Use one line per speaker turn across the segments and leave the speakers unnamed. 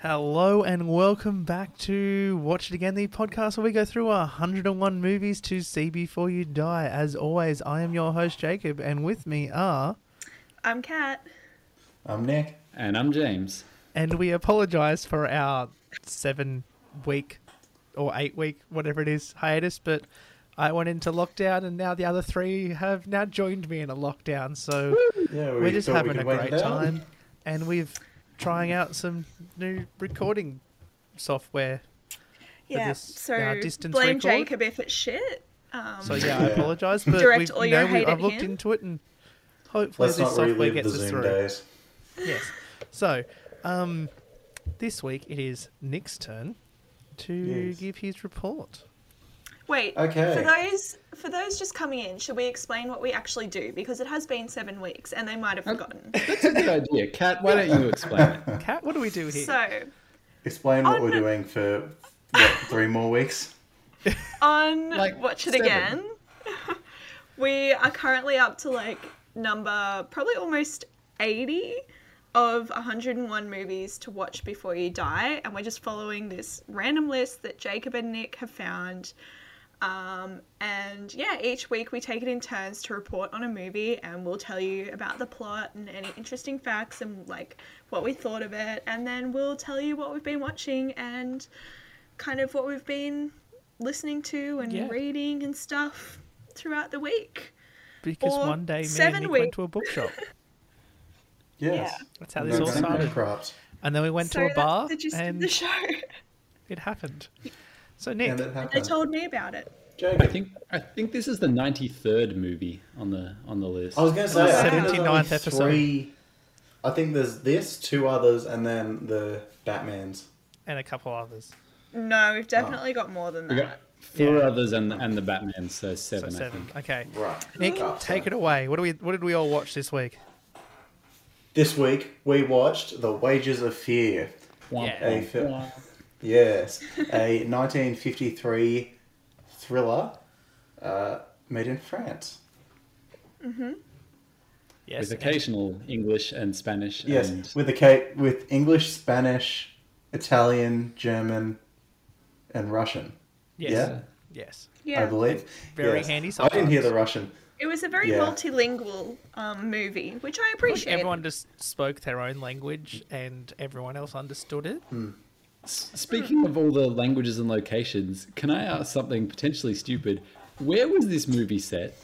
Hello and welcome back to Watch It Again, the podcast where we go through 101 movies to see before you die. As always, I am your host, Jacob, and with me are.
I'm Kat.
I'm Nick.
And I'm James.
And we apologize for our seven week or eight week, whatever it is, hiatus, but I went into lockdown and now the other three have now joined me in a lockdown. So
Yeah,
we're just
thought we
having a
could wait
great
it out.
time and we've trying out some new recording software
Yeah.
this,
so
uh, distance
blame
record.
Jacob if it's shit. Um,
So yeah, I
Yeah.
apologise, but
Direct
we've,
all your
no, we-
hate
I've
at
looked
him.
into it and hopefully
Let's
this
not
software
relive the
gets us
Zoom
through.
days.
Yes. So, um, this week it is Nick's turn to
Yes.
give his report.
wait.
Okay.
For those for those just coming in, should we explain what we actually do? Because it has been seven weeks and they might have forgotten.
That's a good idea. Kat, why don't you explain it?
Cat, what do we do here?
so
Explain what
Oh,
we're
no.
doing for what, three more weeks.
on
Like
Watch It
seven.
Again, we are currently up to like number probably almost eighty of 101 movies to watch before you die, and we're just following this random list that Jacob and Nick have found. Um, and yeah, each week we take it in turns to report on a movie and we'll tell you about the plot and any interesting facts and like what we thought of it. And then we'll tell you what we've been watching and kind of what we've been listening to and
Yeah.
reading and stuff throughout the week.
Because
or
one day me and
seven
Nick went
weeks.
to a bookshop.
Yes.
Yeah.
That's how
And
this
they're
all
gonna
started.
make crops.
And then we went to a
that's
bar
the gist of
and
the show.
it happened. So
And
Nick,
it
They
happened.
told me about it.
Jacob.
I think I think this is the ninety third movie on the on the list.
I was going to say, I think there's
79th
only
episode.
three. I think there's this, two others, and then the Batman's.
and a couple others.
No, we've definitely got more than
We
that.
got four
Yeah.
others and and the Batman, so
So
seven, I
seven.
think.
Okay.
Right.
Nick,
Oh.
Gotcha.
take it away. What do we? What did we all watch this week?
This week, we watched The Wages of Fear.
Womp,
Yeah.
womp, womp.
Yes, a 1953 thriller uh, made in France.
Yes.
With occasional English and Spanish
Yes,
and
with the Cape, with English, Spanish, Italian, German, and Russian.
Yes.
Yeah,
Yes.
I
Yeah.
believe.
Very
Yes.
handy
I didn't hear
subtitles.
the Russian.
It was a very
Yeah.
multilingual um, movie, which I appreciate.
Everyone just spoke their own language, and everyone else understood it.
Hmm.
S- Speaking of all the languages and locations, can I ask something potentially stupid? Where was this movie set?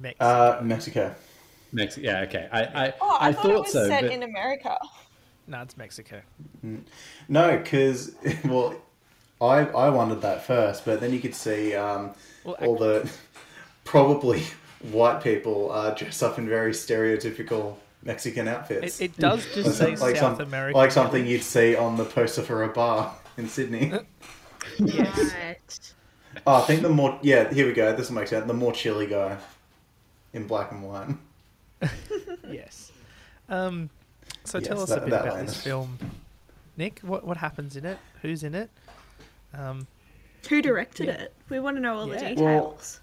Mex-
Uh, Mexico.
Next, yeah, okay. I I,
Oh, I,
I
thought,
thought
it was
so,
set
but
in America.
no, it's Mexico.
No, because well, I I wondered that first, but then you could see um,
Well,
all the probably white people uh, dress up in very stereotypical Mexican outfits.
It, it does just say
like
South
some-
America.
like something you'd see on the poster for a bar in Sydney.
Right.
oh, I think the more yeah, here we go. This will make sense. The more chilly guy in black and white.
Yes. Um, so tell
Yes,
us a
that-
bit
that
about
line.
this film, Nick. What what happens in it? Who's in it? Um,
Who directed it? We want to know all
Yeah.
the
Well-
details.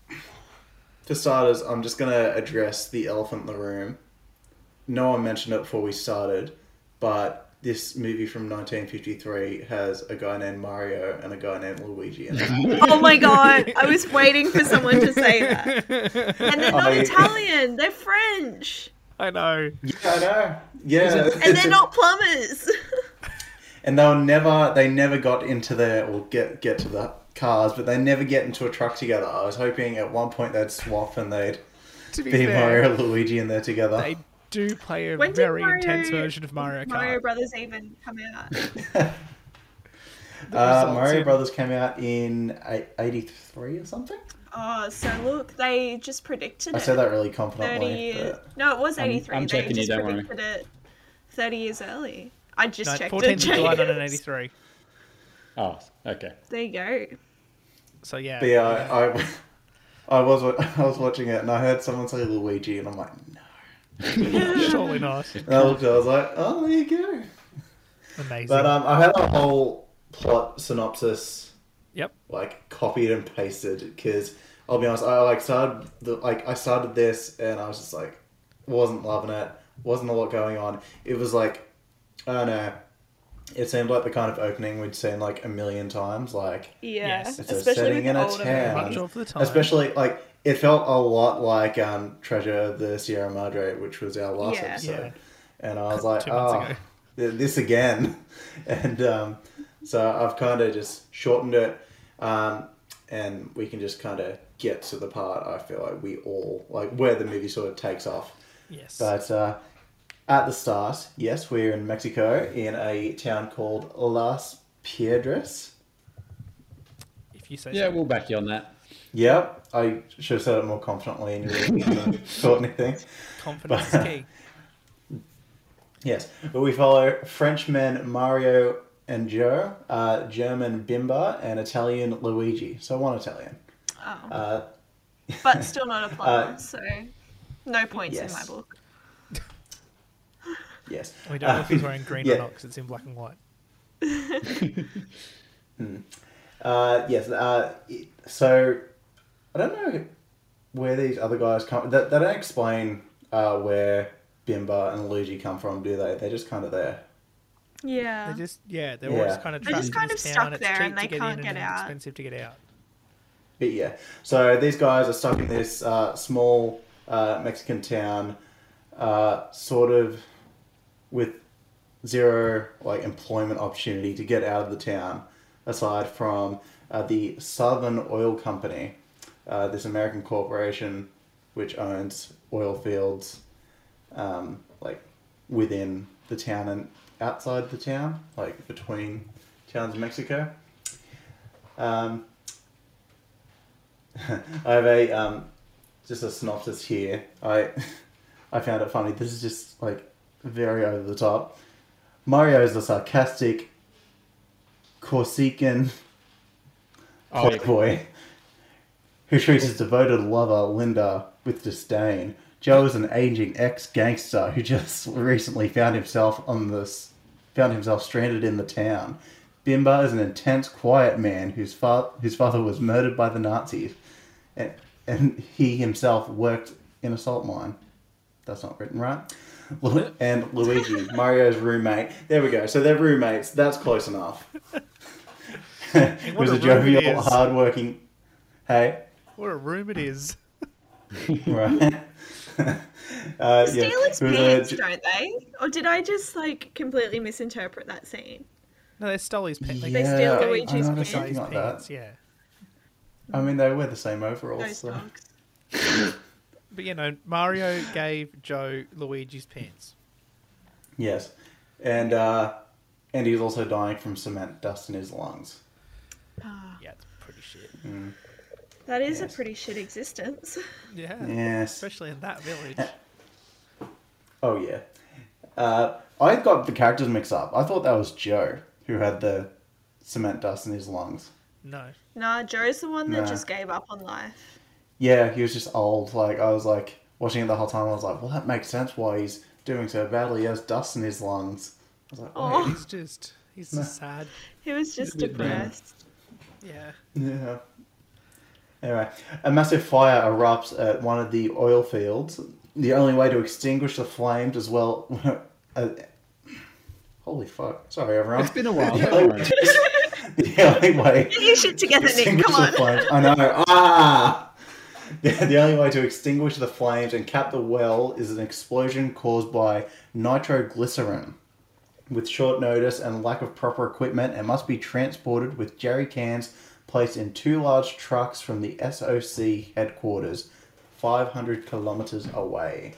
For starters, I'm just gonna address the elephant in the room. No one mentioned it before we started, but this movie from 1953 has a guy named Mario and a guy named Luigi in it.
oh my god, I was waiting for someone to say that. And they're not
I-
Italian, they're French.
I know.
yeah, I know. Yeah,
And they're not plumbers.
and they'll never they never got into their or get get to the cars, but they never get into a truck together. I was hoping at one point they'd swap and they'd
To be
be
fair,
Mario and Luigi in there together.
they do play a
When did
very
Mario-
intense version of Mario Kart.
Mario Brothers even come out.
The
uh,
results
Mario
in-
Brothers came out in eight- 83 or something.
Oh, so look, they just predicted
I
it.
said that really
30
confidently.
years.
but-
No, it was
I'm-
83.
I'm
they
checking you,
just
don't worry.
predicted it 30 years early. I just
No,
checked
14th of July
it. James.
1983.
oh, okay.
There you go.
So yeah.
But yeah, I, I, I was wa- I was watching it and I heard someone say Luigi and I'm like, no.
Surely not.
And I looked, I was like, oh, there you go.
Amazing.
But um, I had a whole plot synopsis
yep.
like copied and pasted because I'll be honest, I like started the, like I started this and I was just like, wasn't loving it. Wasn't a lot going on. It was like, I don't know. It seemed like the kind of opening we'd seen like a million times. Like
Yeah,
Yes.
it's a setting in a town.
Much of the time.
Especially like it felt a lot like um, Treasure of the Sierra Madre, which was our last
Yeah.
episode,
Yeah.
and I was like,
Two months
oh,
ago."
th- this again, and um, so I've kind of just shortened it, um, and we can just kind of get to the part I feel like we all like where the movie sort of takes off.
Yes.
But uh, at the start, yes, we're in Mexico in a town called Las Piedras.
if you say
Yeah,
so.
we'll back you on that.
Yep, I should have said it more confidently and you really shortening things.
confidence is key.
Yes, but we follow Frenchmen Mario and Joe, uh, German Bimba, and Italian Luigi. So one Italian.
Oh.
Uh,
but still not a plumber,
Uh,
so no points in my
yes.
book.
yes. Uh,
We don't know if he's wearing green
yeah.
or not because it's in black and white.
Uh, yes. Uh, it- so I don't know where these other guys come. They, they don't explain uh, where Bimba and Luigi come from, do they? They're just kind of there.
Yeah.
They just yeah, they're
Yeah.
always kind of
They're
trapped
just
in
kind
this
of
town.
stuck
It's
there
cheap
and
to
they
get
can't
in
get
and
out.
expensive to get out.
But yeah, so these guys are stuck in this uh, small uh, Mexican town, uh, sort of with zero like employment opportunity to get out of the town, aside from uh, the Southern Oil Company, uh, this American corporation which owns oil fields, um, like within the town and outside the town, like between towns in Mexico. Um, I have a um, just a synopsis here. I I found it funny. This is just like very over the top. Mario is a sarcastic Corsican
Oh,
playboy boy who treats his devoted lover Linda with disdain. Joe is an aging ex gangster who just recently found himself on this found himself stranded in the town. Bimba is an intense, quiet man whose father whose father was murdered by the Nazis, and and he himself worked in a salt mine. That's not written right. Lu- And Luigi, Mario's roommate. There we go. So they're roommates. That's close enough. it was
a
a
room it
jovial,
is.
hardworking. Hey,
What a room it is.
right. uh, yeah,
Steal his
it was a
pants,
jo-
don't they? Or did I just like completely misinterpret that scene?
No, they stole his pants.
They
steal
gave
Luigi's
him his
pants.
Something like that.
pants, Yeah,
I mean, they wear the same overalls.
Those
So.
dogs.
but you know, Mario gave Joe Luigi's pants.
Yes, and uh, and he's also dying from cement dust in his lungs.
Ah,
Yeah, it's pretty shit.
that is
Yes.
a pretty shit existence.
Yeah,
Yes.
especially in that village.
Oh yeah. Uh, I got the characters mixed up. I thought that was Joe who had the cement dust in his lungs.
No,
Nah, Joe's the one that
Nah.
just gave up on life.
Yeah, he was just old. Like I was like watching it the whole time. I was like, well, that makes sense why he's doing so badly. He has dust in his lungs. I was like,
Oh.
wait,
he's just he's just sad.
He was just
bit brown.
depressed.
Yeah,
yeah. Anyway, a massive fire erupts at one of the oil fields. The only way to extinguish the flames, as well. uh, holy fuck! Sorry, everyone.
It's been a while.
Yeah.
don't worry.
the only way
Get your shit together, Nick.
extinguish
Come on.
the flames. I know. Ah! The, the only way to extinguish the flames and cap the well is an explosion caused by nitroglycerin. With short notice and lack of proper equipment, it must be transported with jerry cans placed in two large trucks from the SOC headquarters, 500 kilometers away.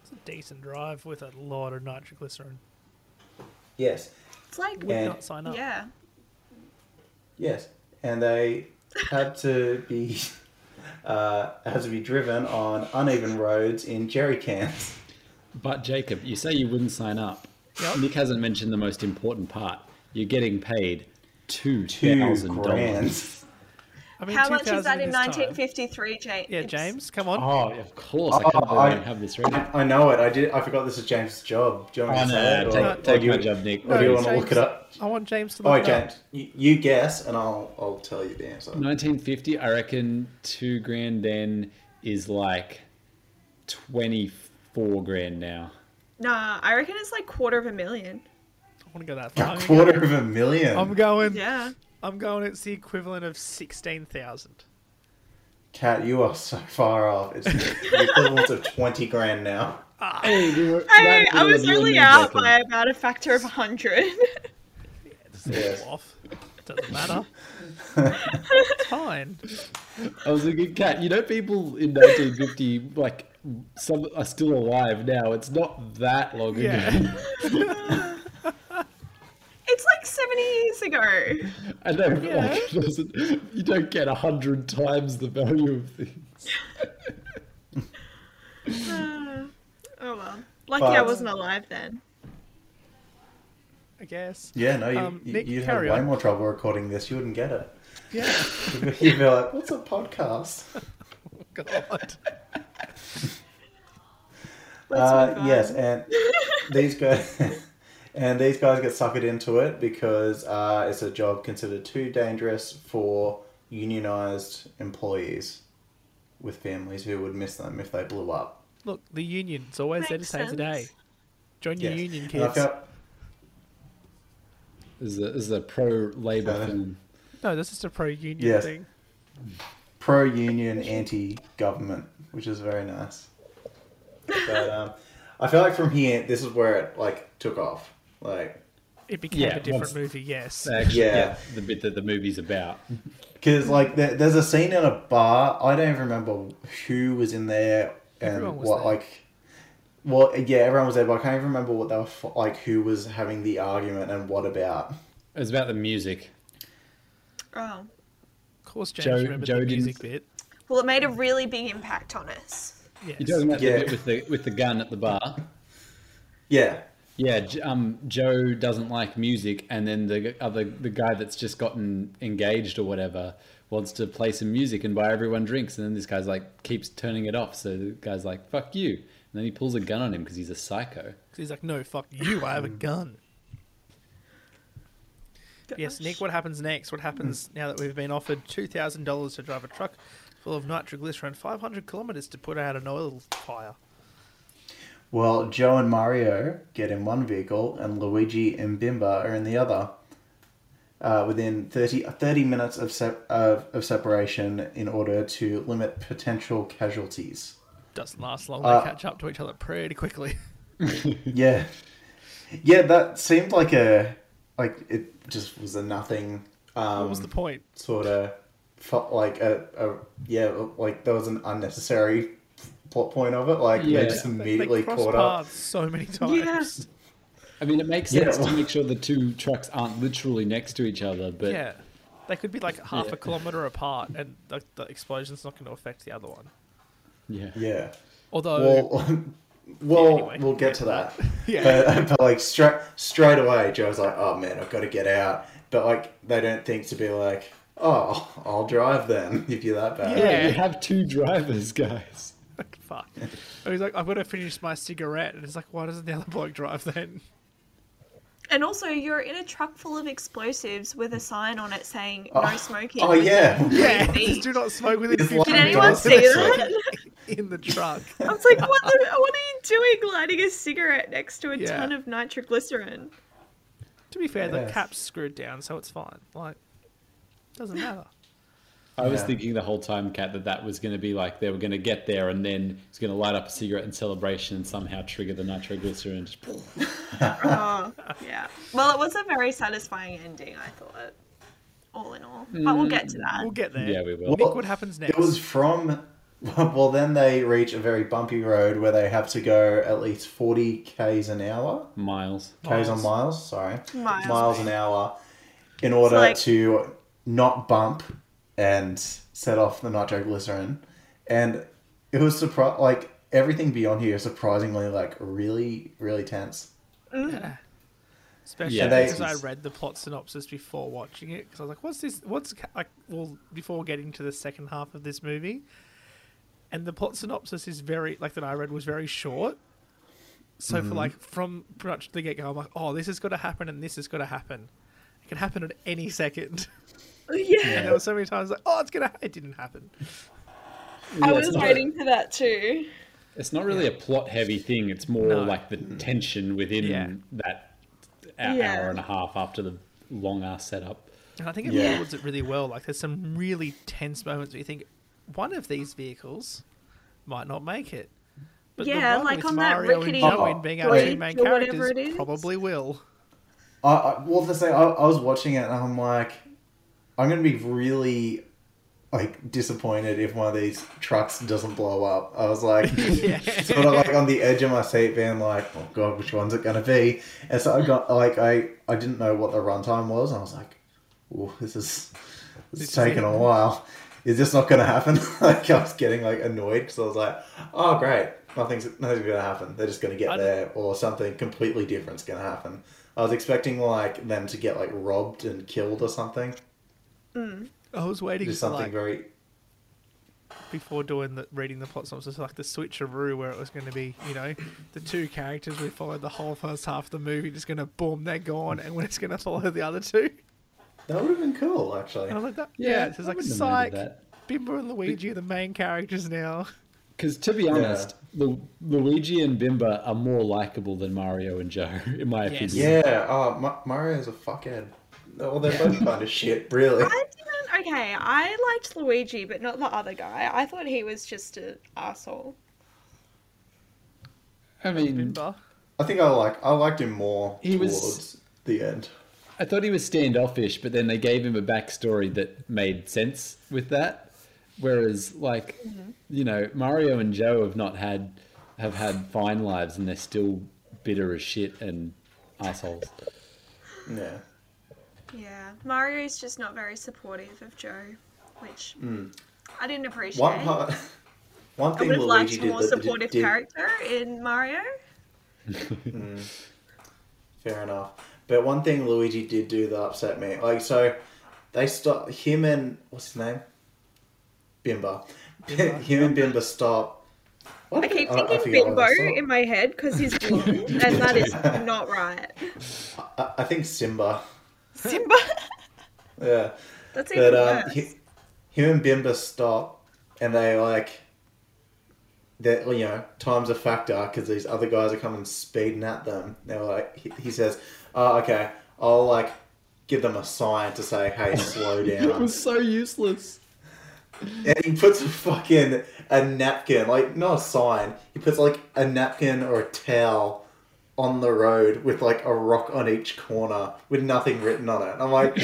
it's a decent drive with a lot of nitroglycerin.
Yes,
It's like,
Would
Yeah.
not sign up.
yeah.
Yes, and they had to be uh, had to be driven on uneven roads in jerry cans.
But Jacob, you say you wouldn't sign up.
Yep.
Nick hasn't mentioned the most important part. You're getting paid two
Two
thousand dollars.
grand.
I mean,
How much is
2000
that in
this time-
1953, James?
Yeah, James, come on.
Oh, of course! I can't
Oh,
believe I don't
I-
have this ready.
I, I know it. I did. I forgot this is James' job. Do you want me to
Oh, no,
say it,
no,
or-
take-
or
take
do you-
my job, Nick.
Or do you
No,
want to
James-
look it up?
I want James to
Oh,
look it up.
James, you, you guess, and I'll I'll tell you the answer.
1950. I reckon two grand then is like twenty-four grand now.
Nah, I reckon it's like quarter of a million.
want to go that far.
A
I'm
quarter
going-
of a million.
I'm going.
Yeah.
I'm going. It's the equivalent of sixteen thousand.
Cat, you are so far off. It's the equivalent of twenty grand now.
Hey, we were
Hey,
right in the
I
middle
was
of you and
really
me
out
joking.
by about a factor of 100.
Yes.
Off. Doesn't matter. it's fine.
I was a good cat. You know, people in 1950, like, some are still alive now. It's not that long ago.
Yeah.
it's like 70 years ago.
I know, but like, it doesn't, you don't get a hundred times the value of things.
Uh, oh well. Lucky I
But-
wasn't alive then.
I guess.
Yeah, no, you,
Um,
you,
Nick,
you'd have
carry
way
on.
more trouble recording this. You wouldn't get it.
Yeah.
You'd be like, what's a podcast?
God.
Let's
Uh,
move on.
yes, and these guys and these guys get suckered into it because uh, it's a job considered too dangerous for unionized employees with families who would miss them if they blew up.
Look, the union's always there to
Makes
save the day.
sense.
Join your
Yes.
union,
And I
kids.
felt-
This is a, this is a pro labor
Uh,
film.
No, this is a pro-union
Yes.
thing.
pro union, anti government, which is very nice. But um, I feel like from here, this is where it like took off. Like,
It became
Yeah,
a different
once-
movie. Yes.
Actually,
Yeah.
yeah. the bit that the movie's about.
because like there, there's a scene in a bar. I don't even remember who was in there and
Everyone was
what
there.
like. Well, yeah, everyone was there, but I can't even remember what they were f like. Who was having the argument and what about?
It was about the music.
Oh.
Of course, James
Joe-
remembered
Joe
the music
didn't-
bit.
Well, it made a really big impact on us.
Yes.
You're talking about
Yeah.
the bit with the with the gun at the bar.
Yeah,
Yeah, J- um, Joe doesn't like music, and then the other the guy that's just gotten engaged or whatever wants to play some music and buy everyone drinks, and then this guy's like keeps turning it off. So the guy's like, "Fuck you," and then he pulls a gun on him because he's a psycho.
'Cause He's like, no, fuck you. I have a
Mm.
gun. Yes, Nick. What happens next? What happens
Hmm.
now that we've been offered two thousand dollars to drive a truck full of nitroglycerin five hundred kilometers to put out an oil fire?
Well, Joe and Mario get in one vehicle, and Luigi and Bimba are in the other. Uh, within 30, 30 minutes of, sep- of, of separation, in order to limit potential casualties.
Doesn't last long.
Uh,
they catch up to each other pretty quickly.
Yeah, yeah, that seemed like a like it just was a nothing. Um,
what was the point?
sort of felt like a, a yeah like there was an unnecessary plot point of it. Like
Yeah.
they just
They-
immediately
they cross
caught up.
paths so many times.
I mean, it makes
Yeah,
sense
well-
to make sure the two trucks aren't literally next to each other,
Yeah.
but
They could be like half
Yeah.
a kilometer apart, and the, the explosion's not going to affect the other one.
yeah.
Yeah.
Although,
Well, well,
anyway,
we'll get to
yeah.
that.
Yeah.
But, but like straight straight away, Joe's like, "Oh man, I've got to get out." But like, they don't think to be like, "Oh, I'll drive then if you're that bad."
Yeah.
Yeah, you have two drivers, guys.
like, fuck. And he's like, I've got to finish my cigarette, and it's like, why doesn't the other bloke drive then?
And also, you're in a truck full of explosives with a sign on it saying no smoking.
Oh yeah.
Yeah,
Fifty.
just do not smoke within
It's
50
like-
Did
Oh,
anyone
God.
see that?
in the truck.
I was like, what, the, what are you doing lighting a cigarette next to a
Yeah.
ton of nitroglycerin?
to be fair, the
Yes.
cap's screwed down, so it's fine. Like, doesn't matter.
I was
Yeah.
thinking the whole time, Kat, that that was going to be like they were going to get there and then it's going to light up a cigarette in celebration and somehow trigger the nitroglycerin. and Just,
Oh, yeah. Well, it was a very satisfying ending, I thought, all in all. But
Mm.
we'll get to that.
We'll get there.
yeah, we will.
Nick, what happens next?
It was from. Well, then they reach a very bumpy road where they have to go at least forty k's an hour.
Miles.
K's on
Miles.
miles. Sorry,
Miles.
an hour, in order
like-
to not bump and set off the nitroglycerin, and it was surpri- like everything beyond here is surprisingly like really really tense.
Especially
Yeah,
they-
because I read the plot synopsis before watching it, because I was like, "What's this? What's ca- like?" Well, before getting to the second half of this movie, and the plot synopsis is very like that I read was very short. So
Mm-hmm.
for like from pretty much the get go, I'm like, "Oh, this is going to happen, and this is going to happen. It can happen at any second.
Yeah.
And there were so many times like, "Oh, it's gonna," ha-. it didn't happen.
I
Yeah,
was
it's not-
waiting for that too.
It's not really a plot heavy thing. It's more
No.
like the tension within
Yeah.
that an
Yeah.
hour and a half after the long ass setup.
And I think it
Yeah.
builds it really well. Like there's some really tense moments where you think one of these vehicles might not make it. But
Yeah,
the one
like
with
on that
Mario
rickety
and
Oh,
Joe being our two
bridge
main
or whatever
characters
it is.
probably will.
I, I well, to say I, I was watching it and I'm like, I'm gonna be really like disappointed if one of these trucks doesn't blow up. I was like,
Yeah.
sort of like on the edge of my seat, being like, oh god, which one's it gonna be? And so I got like I I didn't know what the runtime was. And I was like, oh, this is this
This
is
is
taking
it.
a while. Is this not gonna happen? like I was getting like annoyed because I was like, oh great, nothing's nothing's gonna happen. They're just gonna get
I don't-
there, or something completely different's gonna happen. I was expecting like them to get like robbed and killed or something.
I was waiting
Just
for
something
like
very
before doing the reading the plot synopsis like the switcheroo where it was going to be you know the two characters we followed the whole first half of the movie just going to boom they're gone and we're just going to follow the other two
that would have been cool actually.
and I'm like that
Yeah,
yeah,
I
so it's like
wouldn't have
psych
minded that. Mm.
Bimbo and Luigi are the main characters now
Because to be honest, Lu- Luigi and Bimba are more likable than Mario and Joe, in my
Yes.
opinion.
Yeah, oh, Ma- Mario's a fuckhead. Well, they're both kind of shit, really.
I didn't. Okay, I liked Luigi, but not the other guy. I thought he was just an asshole.
I mean,
Bimbo
I think I like I liked him more
He was-
towards the end.
I thought he was standoffish, but then they gave him a backstory that made sense with that. Whereas, like,
Mm-hmm.
you know, Mario and Joe have not had have had fine lives, and they're still bitter as shit and assholes.
Yeah.
Yeah, Mario's just not very supportive of Joe, which I didn't appreciate.
Hmm. One part, one
I
thing
would have liked
Luigi
a
did
more
that did-
supportive
did-
character in Mario.
Fair enough. But one thing Luigi did do that upset me, like so, they stop him and what's his name, Bimba. him and Bimba stop. What
I keep
did-
thinking
forget what
Bimbo
they
in my head because he's blonde, and that is not right.
stopped. I, I think Simba.
Simba.
Yeah.
That's even
But um,
worse.
he, him and Bimba stop, and they like, that you know, time's a factor because these other guys are coming speeding at them. They're like, he, he says, "Oh, okay, I'll like give them a sign to say, hey, slow
It
down."
was so useless.
and he puts a fucking a napkin, like not a sign. He puts like a napkin or a towel on the road with like a rock on each corner with nothing written on it. I'm like,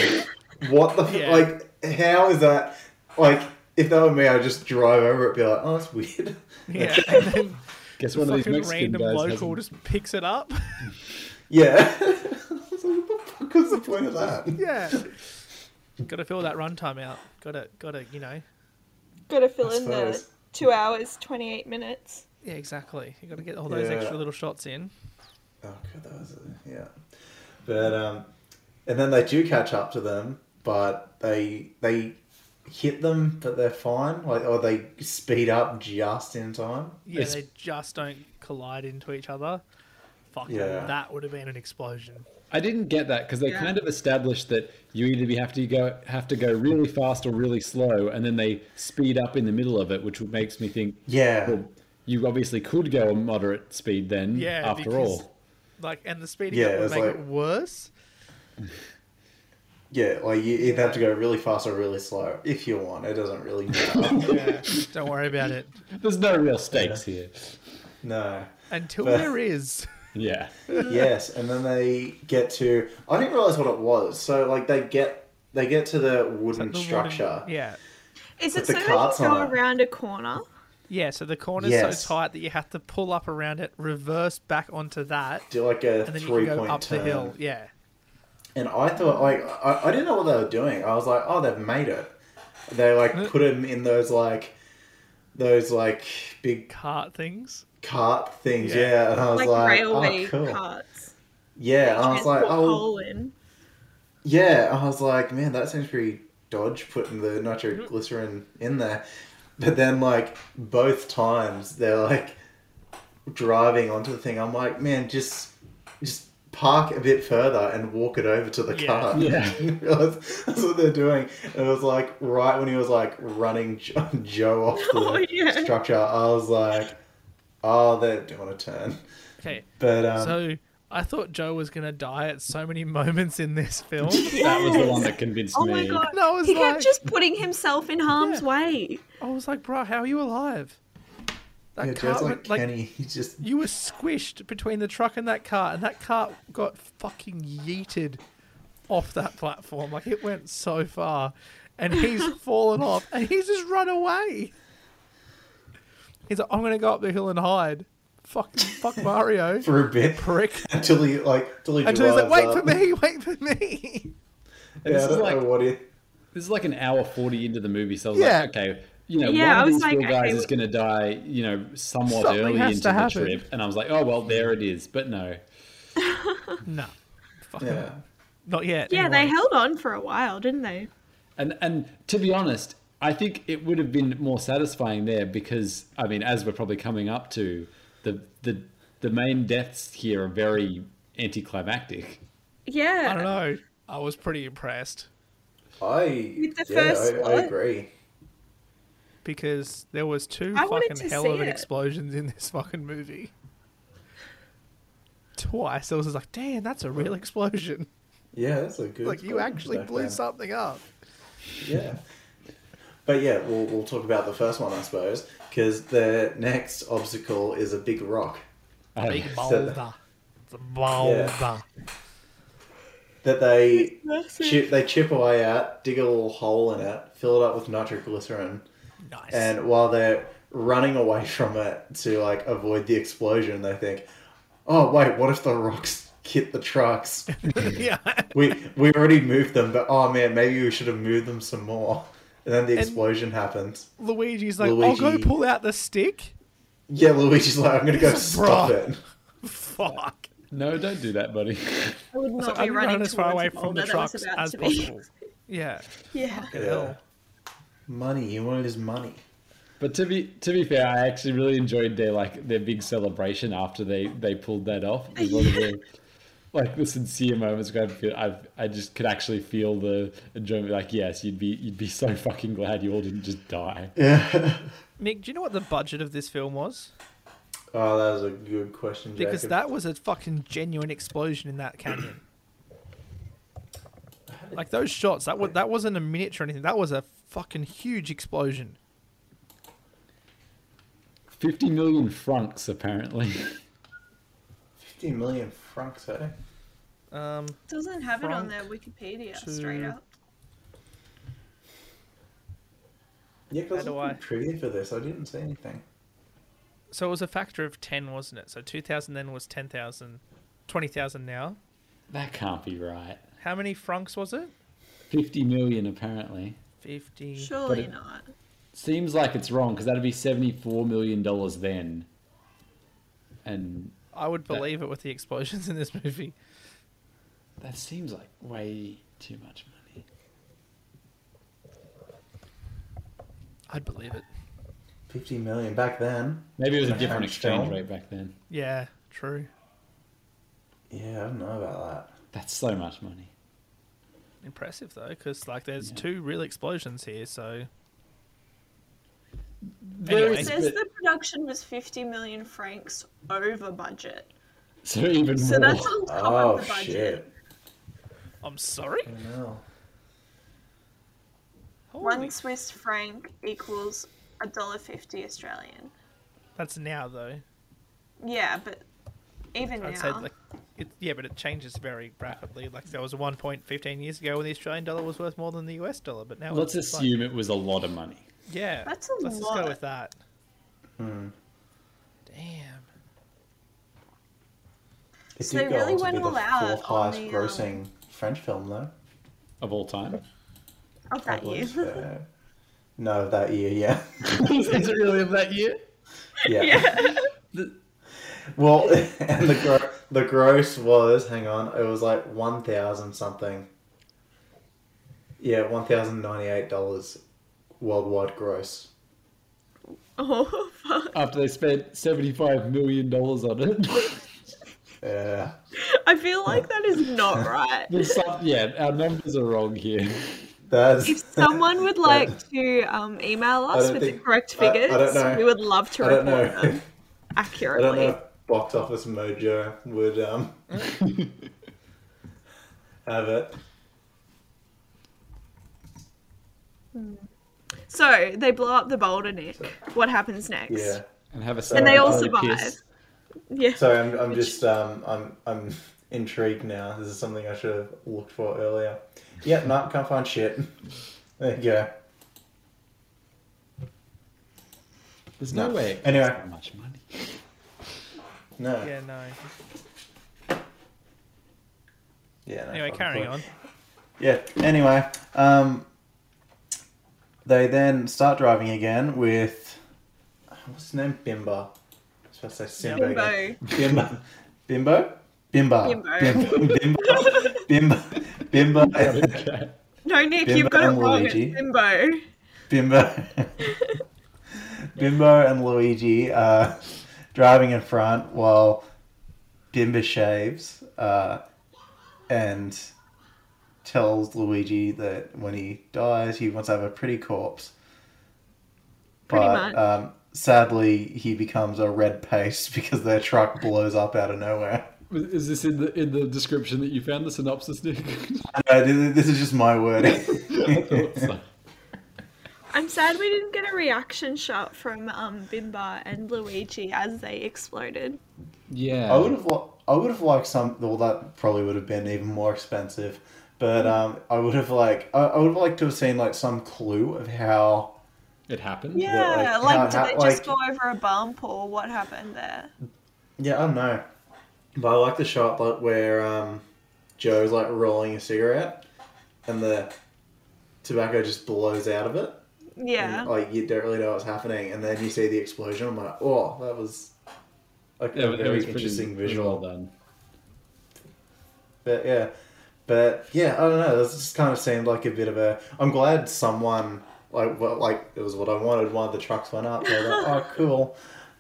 what the f
Yeah.
like? How is that? Like, if that were me, I'd just drive over it, and be like, oh, that's weird.
yeah and then
Guess
the
one of these
fucking
Mexican
random
guys
local
hasn't-
just picks it up
yeah. I was like, what the fuck was the point of that?
yeah gotta fill that runtime out gotta gotta you know
Gotta fill
I
in the
suppose.
two hours, 28 minutes.
yeah exactly you gotta get all those
Yeah.
extra little shots in
Oh god, that was a, yeah. But um, and then they do catch up to them, but they they hit them, but they're fine. Like or they speed up just in time.
Yeah,
It's-
they just don't collide into each other. Fuck,
Yeah.
that would have been an explosion.
I didn't get that because they
Yeah.
kind of established that you either be have to go have to go really fast or really slow, and then they speed up in the middle of it, which makes me think,
Yeah,
well, you obviously could go a moderate speed then.
Yeah,
after
because-
all.
Like, and the speeding
Yeah,
up would
it's
make
like-
it worse.
yeah. Like you either have to go really fast or really slow if you want. It doesn't really matter.
Yeah, don't worry about it.
There's no real stakes here.
no.
Until
But-
there is.
Yeah.
Yes, and then they get to. I didn't realize what it was. So like they get they get to the
the
wooden
wooden-
structure.
yeah.
Is
With
it so
the
that
carts
you go
on it.
around a corner?
Yeah, so the corner's
Yes.
so tight that you have to pull up around it, reverse back onto that,
Do like a
and then you
three
can go
point
up
turn.
the hill. Yeah.
And I thought, like, I, I didn't know what they were doing. I was like, oh, they've made it. They, like, put him in those, like, those, like, big
Cart things.
cart things. Yeah.
Yeah.
And I was
Like,
like,
railway
oh, cool.
carts.
Yeah. And I was like,
Transport
oh,
coal in.
yeah. I was like, man, that seems pretty dodge putting the nitroglycerin in there. But then, like, both times they're, like, driving onto the thing. I'm like, man, just, just park a bit further and walk it over to the
Yeah.
car.
Yeah.
didn't realize that's what they're doing. And it was like right when he was like running Jo- Joe off the
Oh, yeah.
structure, I was like, oh, they're doing a turn.
Okay,
But um,
so I thought Joe was gonna die at so many moments in this film.
That was the one that convinced
Oh
me.
my god.
No, it's
he kept
like-
just putting himself in harm's
Yeah.
way.
I was like, bro, how are you alive? That
Yeah,
car
Joe's like
went, like
Kenny. He just
you were squished between the truck and that car, and that car got fucking yeeted off that platform. Like it went so far, and he's fallen off, and he's just run away. He's like, I'm gonna go up the hill and hide. Fuck, fuck Mario,
for a bit
prick.
until he like until he
Until he's like, wait
drives up.
for me, wait for me.
Yeah,
This
I
is
don't
like-
know what he.
This is like an hour 40 into the movie, so I was
Yeah.
like, okay, you know,
Yeah, I
one of
was
these
like,
little guys
okay,
is going to die, you know, somewhat
Something
early
has
into
to
the
happen.
trip. And I was like, oh, well, there it is. But no.
No, fuck
Yeah.
not yet.
Yeah,
anyway.
they held on for a while, didn't they?
And, and to be honest, I think it would have been more satisfying there because, I mean, as we're probably coming up to, the, the, the main deaths here are very anticlimactic.
Yeah.
I don't know. I was pretty impressed
I
With the
yeah,
first
I, I
bullet.
agree.
because there was two
I wanted
fucking
to
hell
see
of an
it.
explosions in this fucking movie. Twice, I was just like, "Damn, that's a real explosion!
Yeah, that's a good.
Like you
point
actually
back
blew
then.
something up."
Yeah. But yeah, we'll, we'll talk about the first one, I suppose, because the next obstacle is a big rock
Um,
Big
boulder.
boulder, it's a boulder.
that they
Massive.
chip they chip away at, dig a little hole in it, fill it up with nitroglycerin,
Nice.
and while they're running away from it to like avoid the explosion, they think, "Oh wait, what if the rocks hit the trucks?
yeah,
we we already moved them, but oh man, maybe we should have moved them some more." And then the explosion happens.
Luigi's like, "I'll go
Luigi-
pull out the stick."
Yeah, Luigi's like, "I'm gonna go stop
Bruh.
it."
Fuck.
no, don't do that, buddy.
I would
So
not
I'm gonna
be
run
running
as far
towards
away
a
from the
boulder that was
trucks
about
as
to be-
possible. Yeah.
Yeah.
Fucking
Yeah.
hell.
Money. He wanted his money.
But to be to be fair, I actually really enjoyed their like their big celebration after they they pulled that off. It was one of the like the sincere moments where I feel I I just could actually feel the enjoyment. Like yes, you'd be you'd be so fucking glad you all didn't just die.
Nick, do you know what the budget of this film was?
Oh, that was a good question, Jacob.
Because that was a fucking genuine explosion in that canyon. Like those shots, that was, that wasn't a miniature or anything. That was a fucking huge explosion.
Fifty million francs apparently.
fifty million francs, eh?
Um,
Doesn't have it on
Frank
their Wikipedia straight
to-
up.
Yeah,
How
because
do
I
I-
did trivia for this. I didn't see anything.
so it was a factor of ten, wasn't it? So two thousand then was 10,000, 20,000 now.
that can't be right.
How many francs was it?
Fifty million apparently
Fifty.
Surely
it-
not.
seems like it's wrong because that'd be seventy four million dollars then. And
I would believe it with the explosions in this movie.
that seems like way too much money.
I'd believe it.
Fifty million back then.
Maybe it was a
French
different exchange
film.
rate back then.
Yeah, true.
Yeah, I don't know about
That's so much money.
Impressive though, because like there's
Yeah.
two real explosions here. So
Very
Anyway.
It says the production was 50 million francs over budget.
So even
So
more.
that's on
that.
top
Oh
of the budget.
shit!
I'm sorry.
I don't know.
Holy
One Swiss franc equals a dollar fifty Australian.
That's now though.
Yeah, but even
I'd say
now,
like it, yeah, but it changes very rapidly. Like there was one point fifteen years ago when the Australian dollar was worth more than the US dollar, but now
Let's
it's like-
assume it was a lot of money.
yeah,
That's a
let's just
lot.
go with that. Damn.
It
So
did
they
go
really
on to
went
be the
all out
fourth
on
highest
the, um,
grossing French film, though.
Of all time.
of that year.
so. No, of that year, yeah,
Is it really of that year?
yeah.
Yeah.
Well, and the gro- the gross was hang on, it was like one thousand something. Yeah, one thousand ninety eight dollars worldwide gross.
Oh fuck!
After they spent $75 million on it.
Yeah.
I feel like that is not right.
There's some- yeah, our numbers are wrong here.
That's
If someone would like to um, email us
don't
with
think-
the correct
I- I
figures,
don't know.
we would love to
I don't
report them
know. I don't know
accurately.
if box office mojo would um, have it.
So they blow up the boulder, Nick. What happens next?
Yeah.
and have a
And they all
celebratory
survive.
kiss.
Yeah.
Sorry, I'm, I'm just um, I'm I'm intrigued now. This is something I should have looked for earlier. Yep, no, can't find shit. There you go.
There's no,
No.
way. It costs
Anyway.
that much money.
No.
Yeah, no.
Yeah, no
Anyway,
fucking
carrying
point.
on.
Yeah. Anyway, um, they then start driving again with what's his name? Bimba. I was about to say Simba.
Bimbo.
again. Bimbo. Bimbo. Bimba.
Bimbo.
Bimbo. Bimbo. Bimbo. Bimbo.
Okay.
No, Nick,
Bimbo
you've got it
and
wrong.
Luigi.
It's Bimbo.
Bimbo. Bimbo and Luigi uh, driving in front while Bimbo shaves uh, and tells Luigi that when he dies, he wants to have a pretty corpse.
Pretty
but
much.
Um, sadly, he becomes a red paste because their truck blows up out of nowhere.
Is this in the in the description that you found the synopsis, Nick?
No, this this is just my wording.
I thought so.
I'm sad we didn't get a reaction shot from um, Bimba and Luigi as they exploded.
Yeah.
I would have. Li- I would have liked some. Well, that probably would have been even more expensive. But um, I would have like. I, I would have liked to have seen like some clue of how.
It happened.
Yeah,
like,
like,
how-
did
how-
they
like-
just go over a bump or what happened there?
Yeah, I don't know. But I like the shot like where um, Joe's like rolling a cigarette, and the tobacco just blows out of it.
Yeah.
And, like you don't really know what's happening, and then you see the explosion. I'm like, oh, that was. Like
Yeah,
a
but it
very
was pretty,
interesting
pretty
visual.
well done.
But yeah, but yeah, I don't know. This just kind of seemed like a bit of a. I'm glad someone like well, like it was what I wanted. One of the trucks went up. They're like, oh, cool.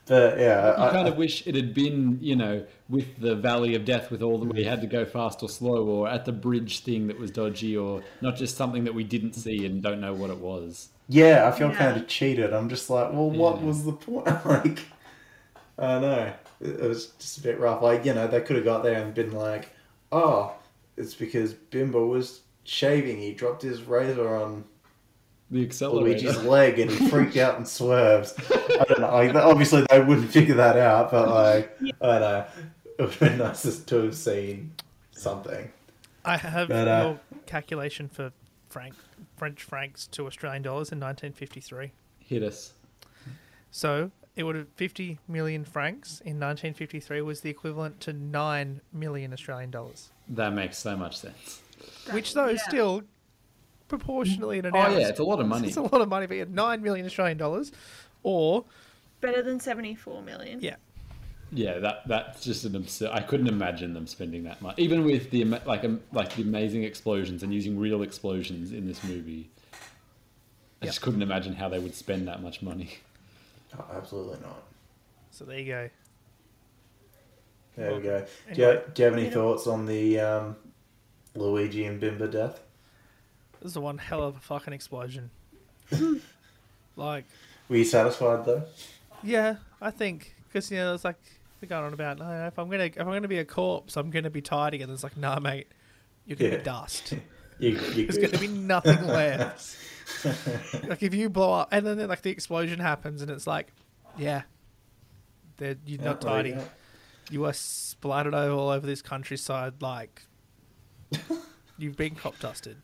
But yeah,
You
I,
kind
I-
of wish it had been, you know, with the Valley of Death, with all the we had to go fast or slow, or at the bridge thing that was dodgy, or not just something that we didn't see and don't know what it was.
yeah, I feel
Yeah.
kind of cheated. I'm just like, well, what
Yeah.
was the point? like, I don't know. It, it was just a bit rough. Like you know, they could have got there and been like, oh, it's because Bimbo was shaving. He dropped his razor on
The accelerator.
Luigi's leg and he freaked out and swerves. I don't know. Like, obviously, they wouldn't figure that out, but like, I don't know. It would have been nice just to have seen something.
I have
But, uh,
your calculation for franc French francs to Australian dollars in 1953.
Hit us.
So it would have 50 million francs in 1953 was the equivalent to 9 million Australian dollars,
That makes so much sense.
which though
yeah.
still proportionally in an
Oh
ounce,
yeah, it's a lot of money.
it's a lot of money, but you had 9 million Australian dollars or
Better than 74 million.
yeah,
Yeah, that that's just an absurd. I couldn't imagine them spending that much, even with the ama- like um, like the amazing explosions and using real explosions in this movie. I just couldn't imagine how they would spend that much money.
Oh, absolutely not.
so there you go.
There we go. Do you, do you have any thoughts on the um, Luigi and Bimbo death?
This is one hell of a fucking explosion. like
Were you satisfied though?
Yeah, I think because you know it's like they're going on about no, if I'm gonna if I'm gonna be a corpse, I'm gonna be tidy, and it's like nah, mate, you're gonna
Yeah.
be dust.
You, you
There's gonna be nothing left. like if you blow up, and then like the explosion happens, and it's like, yeah, they're, you're not
Yeah, well,
tidy.
yeah.
You are splattered over all over this countryside like you've been cop dusted.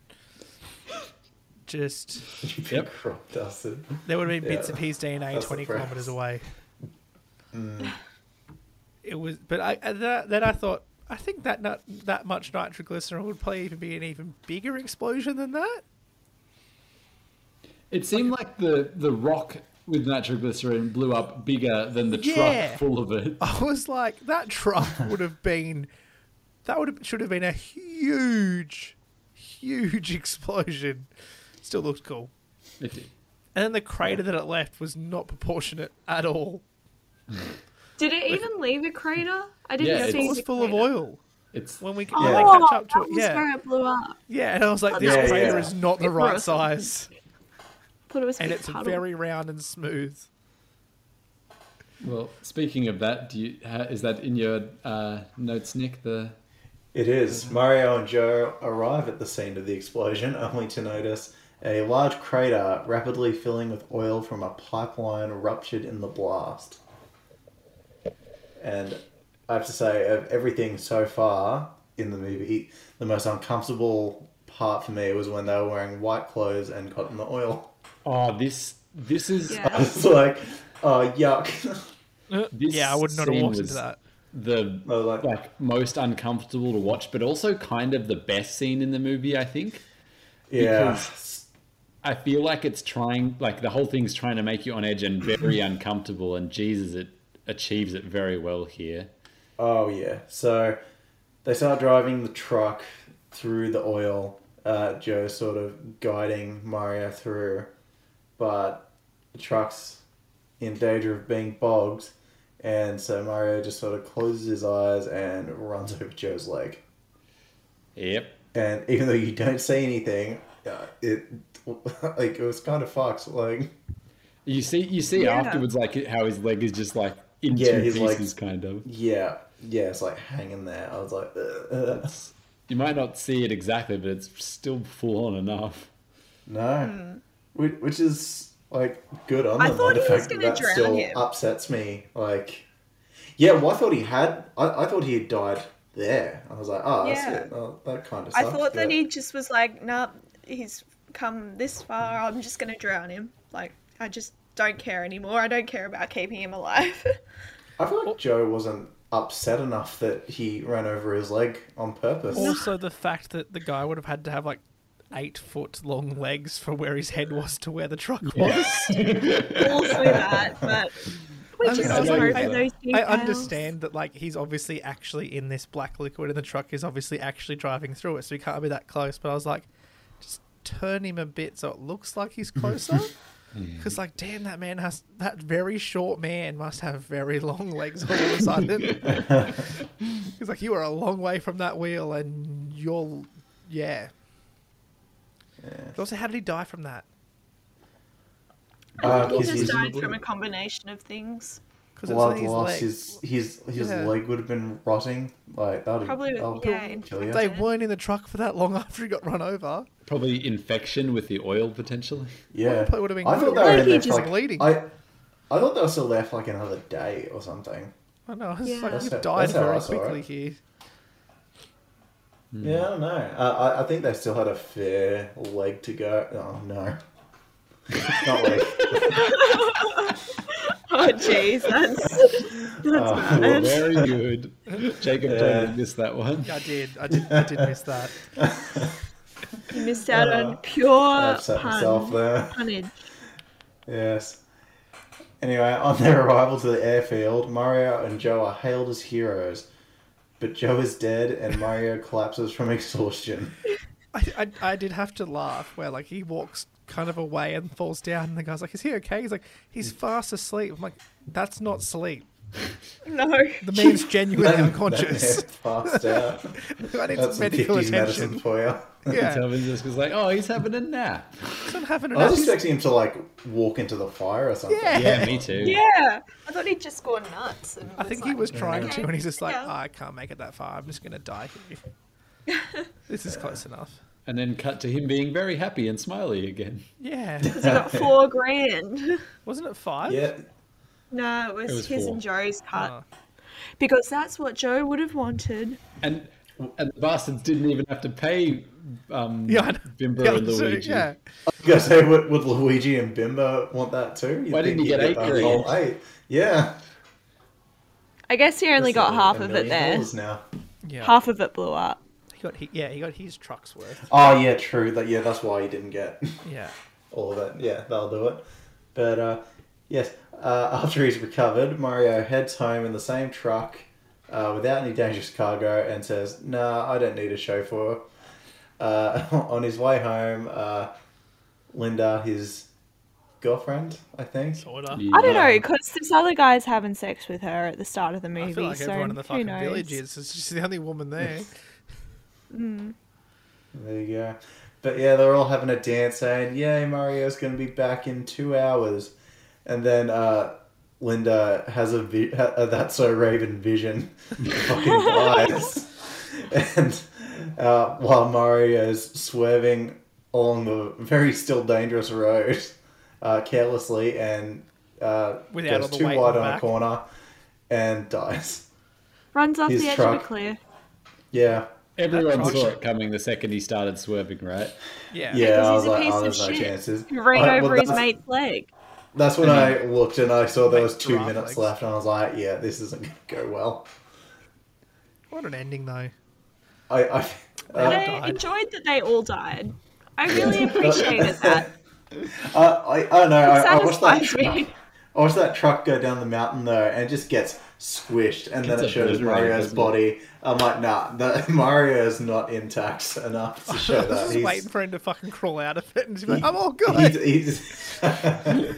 Just
You've
Yep.
been crop dusted.
there would have been bits
Yeah.
of his DNA
That's the
20
Mm. premise.
kilometers away. It was, but I I- that, then I thought I think that not, that much nitroglycerin would probably even be an even bigger explosion than that.
It seemed like the the rock with nitroglycerin blew up bigger than the
Yeah.
truck full of it.
I was like, that truck would have been, that would have, should have been a huge, huge explosion. Still looks cool,
It did.
and then the crater that it left was not proportionate at all.
Did it even leave a crater? I
Yeah,
didn't
it's-
It
see
was
the
full of
crater.
oil
It's
when we
Oh,
when they catch up to
that
it.
was
Yeah.
where it blew up.
Yeah, and I was like, this
Yeah,
crater
yeah.
is not the
It
right
was.
size,
Thought it was a
and
big
it's
puddle.
very round and smooth.
Well, speaking of that, do you ha, is that in your uh, notes, Nick? The
It is. Mario and Joe arrive at the scene of the explosion only to notice a large crater rapidly filling with oil from a pipeline ruptured in the blast. And I have to say, of everything so far in the movie, the most uncomfortable part for me was when they were wearing white clothes and caught in the oil.
oh, this this is
Yeah.
I was like, oh, yuck.
Uh, This
yeah, I would not have
scene
walked
was-
into that.
the
I was like,
like most uncomfortable to watch, but also kind of the best scene in the movie. I think.
yeah.
because I feel like it's trying, like the whole thing's trying to make you on edge and very uncomfortable. And Jesus, it achieves it very well here.
Oh yeah. So they start driving the truck through the oil. Uh, Joe sort of guiding Mario through, but the truck's in danger of being bogged, and so Mario just sort of closes his eyes and runs over Joe's leg.
Yep.
And even though you don't see anything, uh, it like it was kind of fucked. Like
You see, you see
Yeah.
afterwards, like how his leg is just like in
Yeah,
two
his
pieces,
leg-
kind of.
yeah, yeah, it's like hanging there. I was like, Ugh.
It's- you might not see it exactly, but it's still full on enough.
No. Which, which is like good on
I
them.
thought
like,
he
the
was
fact
gonna
that, that
drown
still
him.
upsets me. Like, yeah, well, I thought he had. I, I thought he had died there. I was like, oh,
Yeah.
that's it. Oh, that kind of.
I
sucks,
thought that
but-
he just was like, nah, he's come this far. I'm just gonna drown him. Like, I just don't care anymore. I don't care about keeping him alive.
I feel like Joe wasn't upset enough that he ran over his leg on purpose.
Also, the fact that the guy would have had to have like eight foot long legs from where his head was to where the truck was.
also that, but we
I
just
mean,
I
go
like
for
that.
those
I
details.
understand that like he's obviously actually in this black liquid and the truck is obviously actually driving through it, so he can't be that close. But I was like, just turn him a bit so it looks like he's closer. Because like, damn, that man has that very short man must have very long legs all of a sudden. He's like, you are a long way from that wheel, and you're, yeah. But Also, how did he die from that?
Uh,
I think
'cause
he
he's-
just died from a combination of things.
Because it's on
Blood
his
loss.
legs.
His his his
Yeah.
leg would have been rotting. Like that.
Probably,
would
yeah,
kill you.
They weren't in the truck for that long after he got run over.
Probably infection with the oil potentially.
Yeah,
probably would've been
I
cool.
thought they were in
Like, he
there for
just
like,
bleeding.
I, I thought they were still there for like another day or something.
I know. It's like
Yeah.
you
That's how-
died
that's how
very
I saw it.
quickly here.
Yeah, I don't know. I, I- I think they still had a fair leg to go. Oh no, not leg.
Oh, jeez, that's
Oh,
Uh, whoops.
Very good. Jacob
Yeah.
totally missed that one.
I did. I did. I did miss that.
you missed out on
I
pure
upset
pun,
myself there.
punnage.
Yes. Anyway, on their arrival to the airfield, Mario and Joe are hailed as heroes, but Joe is dead and Mario collapses from exhaustion.
I, I, I did have to laugh where like he walks kind of away and falls down, and the guy's like, "Is he okay?" He's like, "He's
Mm.
fast asleep." I'm like, "That's not sleep.
No,
The man's genuinely
That
unconscious.
man passed out.
I need
That's
some
some
medical
50s medicine
attention."
for you.
Yeah,
Telvin just was like, "Oh, he's having a nap."
so I'm having an
I was
episode.
expecting him to like walk into the fire or something.
Yeah.
Yeah, me too.
yeah, I thought he'd just gone nuts. And
I think
like,
he was trying
okay,
to, and he's just like,
yeah.
oh, "I can't make it that far. I'm just gonna die here. this is close enough."
And then cut to him being very happy and smiley again.
Yeah,
"He got four grand.
wasn't it five?
Yeah.
No, it was,
was
his
four.
and Joe's cut
Oh.
because that's what Joe would have wanted.
And and the bastards didn't even have to pay um,
Yeah, I know.
Bimbo
Yeah,
and
so-
Luigi.
yeah.
You guys say, would, would Luigi and Bimbo want that too? You'd
Why didn't
think
you
he'd
get eight
that
grand?
whole eight. Yeah.
I guess he only got
That's a-
half
a
of it
million
there.
dollars Now.
yeah.
Half of it blew up.
He got, he, yeah, he got his trucks worth.
Oh yeah, true. That yeah, that's why he didn't get
Yeah.
all of it. Yeah, that'll do it. But uh, yes, uh, after he's recovered, Mario heads home in the same truck uh, without any dangerous cargo and says, "Nah, I don't need a chauffeur." Uh, on his way home, uh, Linda, his girlfriend, I think.
Sorta.
Yeah.
I don't know because this other guy's having sex with her at the start of the movie.
I feel like
so
everyone in the
who
fucking
knows?
village is. It's just the only woman there.
There you go. But yeah, they're all having a dance saying, Yay, Mario's going to be back in two hours. And then uh, Linda has a, vi- ha- a that's so Raven vision, and fucking dies, and uh, while Mario's swerving along the very still dangerous road, uh, carelessly and uh,
Without all
goes
the
too
weight
wide
on the
on a
back.
corner, and dies.
Runs off
His
the edge of
truck.
a cliff.
Yeah,
Everyone
That
saw
crunch.
it coming the second he started swerving, right?
Yeah.
yeah. I
Because he's
was
a
like,
piece
oh,
of
there's no
shit.
chances.
He ran
I- well,
over his
that's-
mate's leg.
That's when I looked and I saw there was two
giraffe
minutes
legs.
left, and I was like, "Yeah, this isn't going to go well."
What an ending, though.
I, I
all
uh,
I
died.
enjoyed that they all died. I really
Yeah.
appreciated that.
I, I, I don't know.
It
I, I watched that.
satisfies
Truck,
me.
I watched that truck go down the mountain though, and it just gets squished, and then it
Gets
shows
obliterated,
Mario's
doesn't it?
body. I'm like, nah, that Mario is not intact enough to
I
show
was
that.
just waiting
He's,
for him to fucking crawl out of it and just be like, I'm all good.
he's, he's,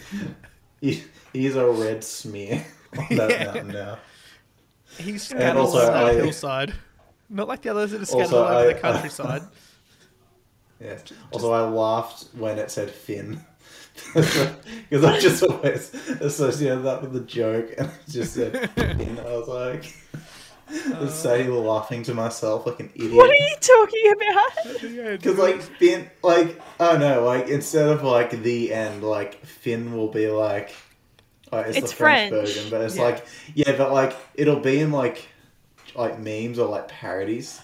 he- he's a red smear on that
Yeah.
mountain now.
He's scattered
also
on that
I-
hillside. Not like the others that are scattered
Also,
all over
I- uh,
the countryside.
Yeah. Also, I laughed when it said Finn. Because I just always associated that with the joke, and it just said Finn. I was like, I was sadly laughing to myself like an idiot.
Uh. What are you talking about?
Because like Finn, like I don't know, like instead of like the end, like Finn will be like, oh, it's,
It's
the French,
French.
version, but it's
Yeah.
like yeah, but like it'll be in like like memes or like parodies,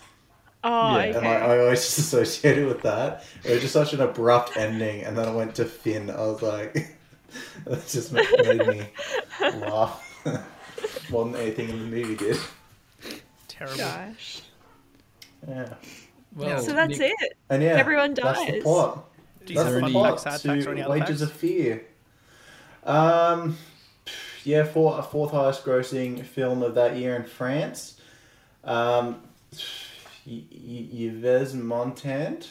Oh,
Yeah.
and
okay.
like I always just associate it with that. It was just such an abrupt ending, and then I went to Finn. I was like, that just made, made me laugh more than anything in the movie did.
Terrible.
Gosh.
Yeah,
Yeah.
So that's
Nick,
it.
and yeah,
Everyone
That's the
dies.
plot.
Do you
That's
have
the
fun
plot
facts, sad facts, or any
to
other facts?
Wages of Fear. Um, yeah, four, fourth highest grossing film of that year in France. Um, Y- Y- Yves Montand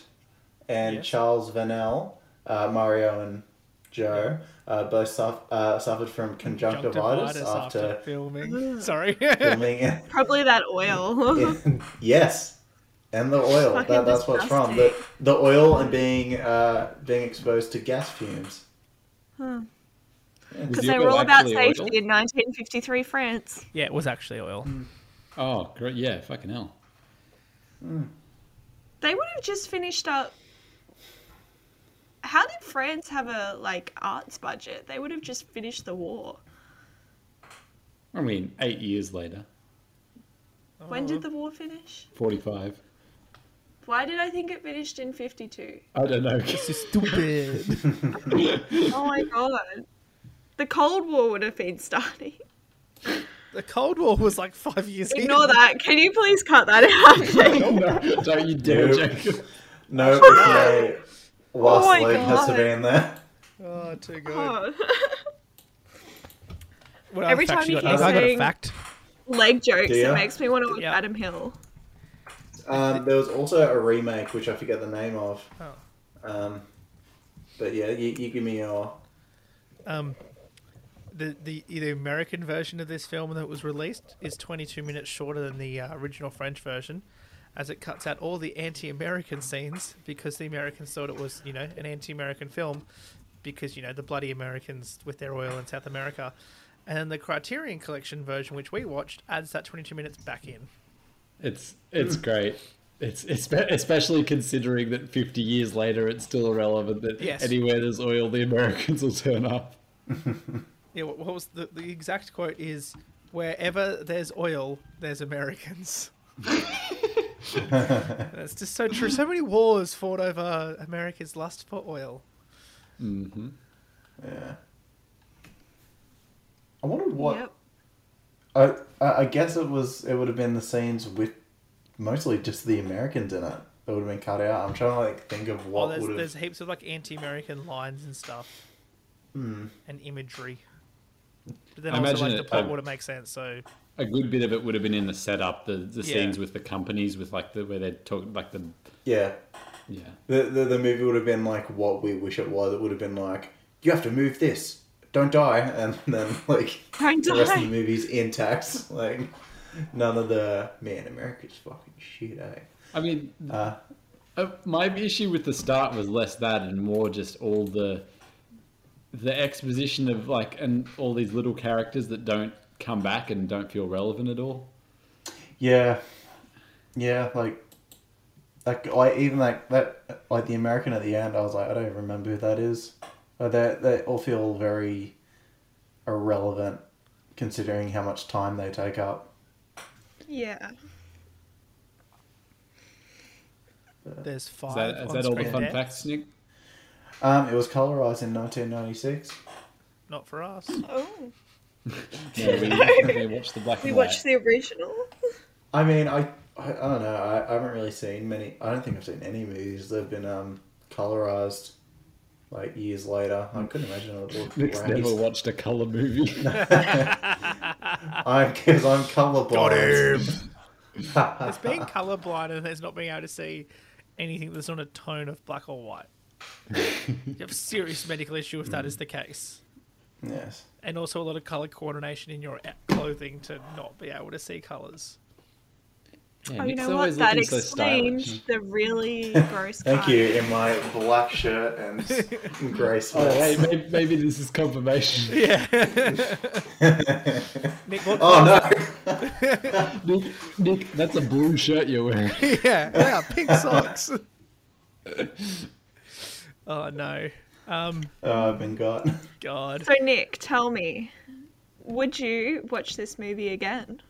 and
Yes.
Charles Vanel, uh, Mario and Joe, uh, both suff- uh, suffered from conjunctivitis,
Conjunctivitis
after
filming. Sorry.
filming. in-
Probably that oil.
in- yes, and the oil.
Fucking
That, that's what's from the
disgusting.
the oil and being uh, being exposed to gas fumes.
was
Because
your
they were all about
actually
safety
oil?
in 1953 France.
yeah, it was actually oil.
Oh, great. Yeah, fucking hell.
They would have just finished up. How did France have a like arts budget? They would have just finished the war.
I mean, eight years later,
When did the war finish?
45.
Why did I think it finished in 52?
I don't know.
Stupid.
Oh my god. The Cold War would have been starting.
the Cold War was like five years in.
Ignore that. Can you please cut that out? Jake?
don't you dare,
Nope.
Jacob.
No, it's my last
Oh my
leg has to
God.
be in there.
Oh, too good.
Oh.
What
Every
other facts
time you
got?
keep
I got a
saying-
fact.
Leg jokes.
Yeah.
It makes me want to watch
Yeah.
Adam Hill.
Um, there was also a remake which I forget the name of.
Oh.
Um, but yeah, you, you give me your.
um, the, the the American version of this film that was released is 22 minutes shorter than the uh, original French version, as it cuts out all the anti-American scenes because the Americans thought it was you know an anti-American film because you know the bloody Americans with their oil in South America, and then the Criterion Collection version which we watched adds that 22 minutes back in.
It's it's great. It's, it's spe- especially considering that 50 years later it's still irrelevant that
Yes.
anywhere there's oil the Americans will turn up.
Yeah, what, what was the the exact quote is wherever there's oil, there's Americans. That's just so true. So many wars fought over America's lust for oil.
Yeah. I wonder what.
Yep.
I, I I guess it was. It would have been the scenes with mostly just the Americans in it. It would have been cut out. I'm trying to like think of
Oh,
what
there's,
would
there's
have.
heaps of like anti-American lines and stuff,
Hmm.
and imagery. But then
I
also
imagine
like the
it-
plot
um,
wouldn't make sense. So
A good bit of it would have been in the setup, the, the
Yeah.
scenes with the companies, with like the where they talk like the
Yeah.
yeah.
The, the the movie would have been like what we wish it was. It would have been like you have to move this, don't die, and then like
Don't
the rest of the
die.
movie's intact. Like none of the man, America's fucking shit, eh?
I mean,
Uh,
Uh, my issue with the start was less that and more just all the the exposition of like and all these little characters that don't come back and don't feel relevant at all.
Yeah, yeah, like, like I even like that, like the American at the end. I was like, I don't even remember who that is. But they they all feel very irrelevant, considering how much time they take up.
Yeah.
There's five.
Is that, is that all the
on-screen
fun
deaths.
facts, Nick?
Um, it was colorized in 1996.
Not for us.
Oh.
No, we, we watched the black
We
and
watched
white.
the original.
I mean, I, I, I don't know. I, I haven't really seen many. I don't think I've seen any movies that have been um colorized, like years later. I couldn't imagine it would look
Nick's never
great.
watched a color movie.
I'm because I'm colorblind.
It's being colorblind and there's not being able to see anything that's not a tone of black or white. you have a serious medical issue if that is the case.
Yes.
And also a lot of color coordination in your e- clothing to not be able to see colors.
Yeah,
Oh, you
Nick's
know
always
what? That
looking so stylish.
explains the really gross.
Thank
part.
you. In my black shirt and grey
Oh, hey,
sweats.
maybe, maybe this is confirmation.
Yeah. Nick, what?
Oh no!
Nick, Nick, that's a blue shirt you're wearing.
Yeah. Wow, pink socks. oh, no. Um,
Oh, I've been got.
God.
So Nick, tell me, would you watch this movie again?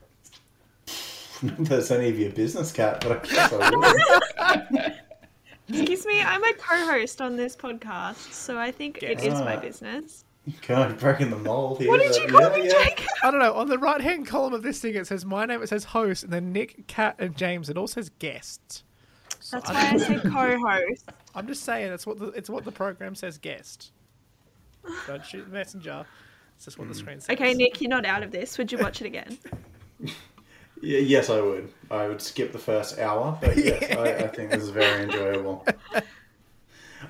That's any of your business, cat. But I guess I would.
Excuse me, I'm a co-host on this podcast, so I think it is my
Yeah.
business.
God, breaking the mold here.
What did
but
you call
yeah,
me,
yeah.
Jacob?
I don't know. On the right hand column of this thing, it says my name, it says host, and then Nick, Kat, and James. It all says guests. So
That's
I
why I said co-host.
I'm just saying it's what the, it's what the program says guest. Don't shoot the messenger. It's just what the screen says.
Okay, Nick, you're not out of this. Would you watch it again?
Y- Yes, I would. I would skip the first hour, but yes, I, I think this is very enjoyable.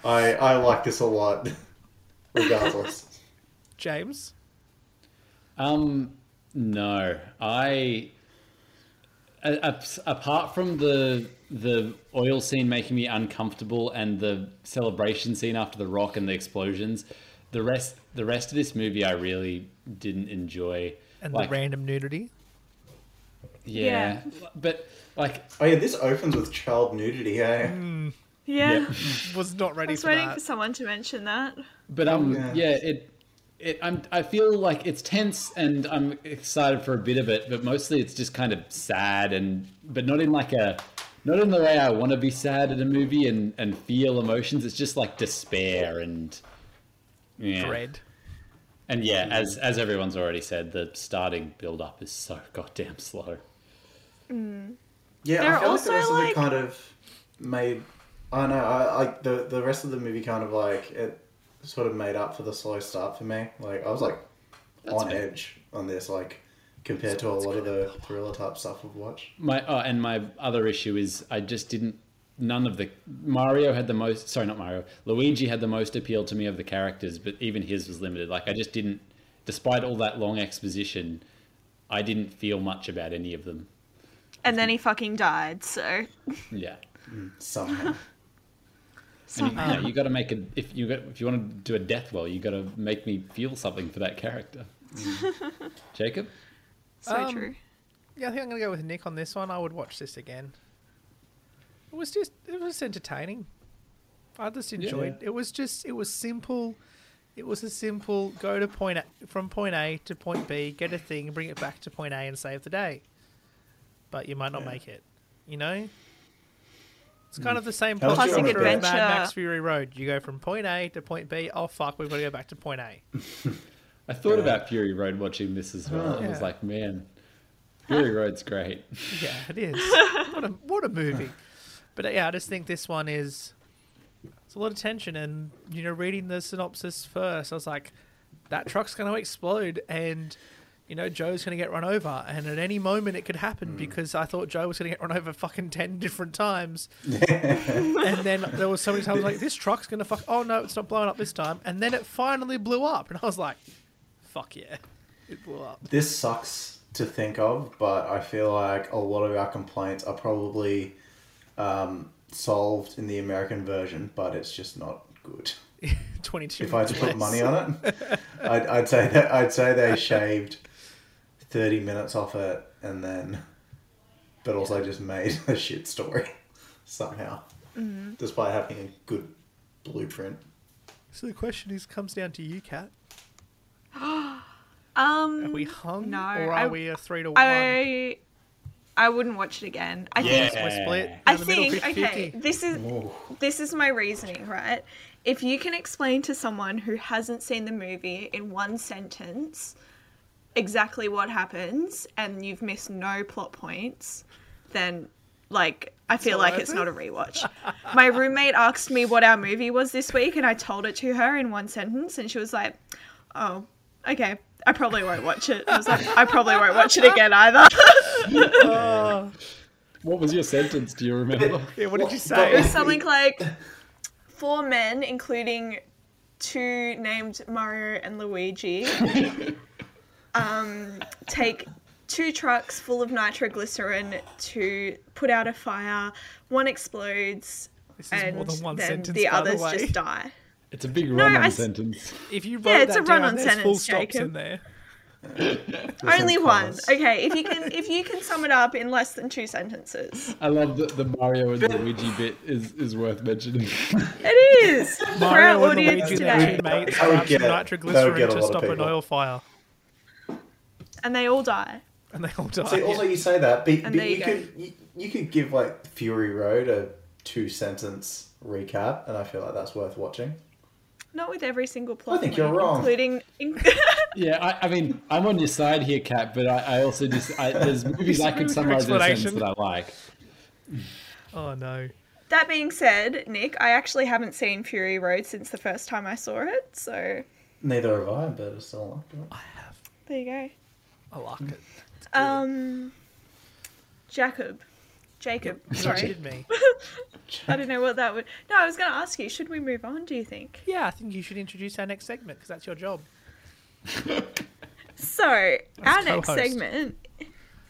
I I like this a lot, regardless.
James.
Um, no, I. a- a- Apart from the the oil scene making me uncomfortable and the celebration scene after the rock and the explosions, the rest the rest of this movie I really didn't enjoy.
And
like,
the random nudity.
yeah, but like
Oh yeah, this opens with child nudity. eh? Hey,
Yeah.
Yep.
Was not
I
ready
was
for
waiting
that.
for someone to mention that.
But um,
Yeah.
yeah, it, it, I'm, I feel like it's tense, and I'm excited for a bit of it, but mostly it's just kind of sad, and but not in like a, not in the way I want to be sad at a movie and and feel emotions. It's just like despair and, yeah,
Dread.
and yeah, as as everyone's already said, the starting build up is so goddamn slow.
Yeah,
There
I
are
feel like
also,
the rest of
like-
it kind of made. I don't know. I like the the rest of the movie kind of like it sort of made up for the slow start for me. Like I was like
That's
on
fair.
edge on this, like compared to a lot of the thriller type stuff I've watched.
My oh, and my other issue is I just didn't. None of the Mario had the most. Sorry, not Mario. Luigi had the most appeal to me of the characters, but even his was limited. Like I just didn't. Despite all that long exposition, I didn't feel much about any of them.
And then he fucking died, so.
Yeah.
Somehow,
I mean, you, know, you got to make a if you got, if you want to do a death well, you got to make me feel something for that character. Jacob,
So
Um,
true.
Yeah, I think I'm gonna go with Nick on this one. I would watch this again. It was just it was entertaining. I just enjoyed. It was just it was simple. It was a simple go to point A, from point A to point B, get a thing, bring it back to point A, and save the day. But you might not make it. You know. It's kind of the same
How's
plot
your
structure of Mad
adventure?
Max Fury Road. You go from point A to point B. Oh fuck, we've got to go back to point A.
I thought about Fury Road watching this as well. I
Yeah.
was like, man, Fury Road's great.
Yeah, it is. what a what a movie. But uh, yeah, I just think this one is it's a lot of tension and you know, reading the synopsis first, I was like, that truck's gonna explode and you know, Joe's gonna get run over and at any moment it could happen
Hmm.
because I thought Joe was gonna get run over fucking ten different times. and then there was so many times like this truck's gonna fuck oh no, it's not blowing up this time and then it finally blew up and I was like, Fuck yeah. It blew up.
this sucks to think of, but I feel like a lot of our complaints are probably um, solved in the American version, but it's just not good.
22
If I had to put
minutes.
money on it, I'd, I'd say that I'd say they shaved thirty minutes off it, and then, but also just made a shit story somehow, despite having a good blueprint.
So the question is, comes down to you, Kat.
Um,
Are we hung
Mm. no,
or are
I-
we a three to one?
Um, I I wouldn't watch it again. I think
We're split. down
I
the middle,
think okay.
50-50.
This is
Ooh.
this is my reasoning, right? If you can explain to someone who hasn't seen the movie in one sentence exactly what happens and you've missed no plot points, then like I feel
not
like it's
worth
not a rewatch. my roommate asked me what our movie was this week and I told it to her in one sentence and she was like, "Oh, okay. I probably won't watch it." I was like, "I probably won't watch it again either."
Oh,
What was your sentence? Do you remember?
yeah, what did you
Well,
say?
It was something like four men, including two named Mario and Luigi, um, take two trucks full of nitroglycerin to put out a fire. One explodes,
This is
and
more than one
then
sentence,
the
by
others
the way.
just die.
It's a big run on
I s-
sentence.
If you wrote
Yeah, it's
that
a run
down,
on
there's full
sentence,
stops
Jacob.
in there.
Only one.
colours.
Okay, if you can if you can sum it up in less than two sentences,
I love that the Mario and Luigi bit is, is worth mentionning.
it is for our
Mario and
audience
Luigi,
today,
their two mates,
I would
found
get-
some
that would get
nitroglycerin
a
to
lot of
stop an
people.
oil fire,
and they all die.
and they all die.
See, also you say that, but, but
there
you,
you go.
could you, you could give like Fury Road a two sentence recap, and I feel like that's worth watching.
Not with every single plot.
think
point,
you're wrong.
Including. in-
yeah, I, I mean, I'm on your side here, Kat, but I, I also just I, there's movies I could
Your
summarize in a sentence
explanation.
that I like.
oh no.
that being said, Nick, I actually haven't seen Fury Road since the first time I saw it, so
Neither have I, but I still like it.
there you go.
I like it.
Um, Jacob, Jacob, sorry,
Cheated me.
I don't know what that would. No, I was going to ask you. Should we move on? Do you think?
Yeah, I think you should introduce our next segment because that's your job.
So our next
co-host.
segment,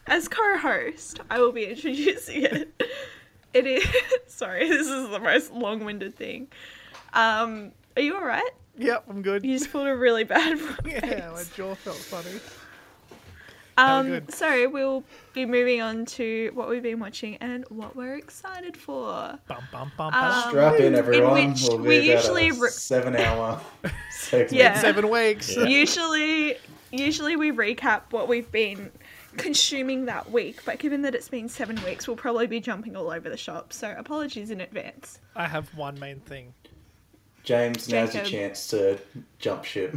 as co-host, I will be introducing it. It is sorry. This is the most long-winded thing. Um, are you all right?
Yep, I'm good.
You just pulled a really bad one.
Yeah, my jaw felt funny.
Um,
good.
so we'll be moving on to what we've been watching and what we're excited for.
Bum bum bum
Um,
bum.
Strap in, everyone.
which
we'll be
we
about
usually
a
re-
seven-hour segment.
Yeah.
Seven weeks.
Usually, usually we recap what we've been consuming that week, but given that it's been seven weeks, we'll probably be jumping all over the shop. So apologies in advance.
I have one main thing.
James, now's your
Jacob.
chance to jump ship.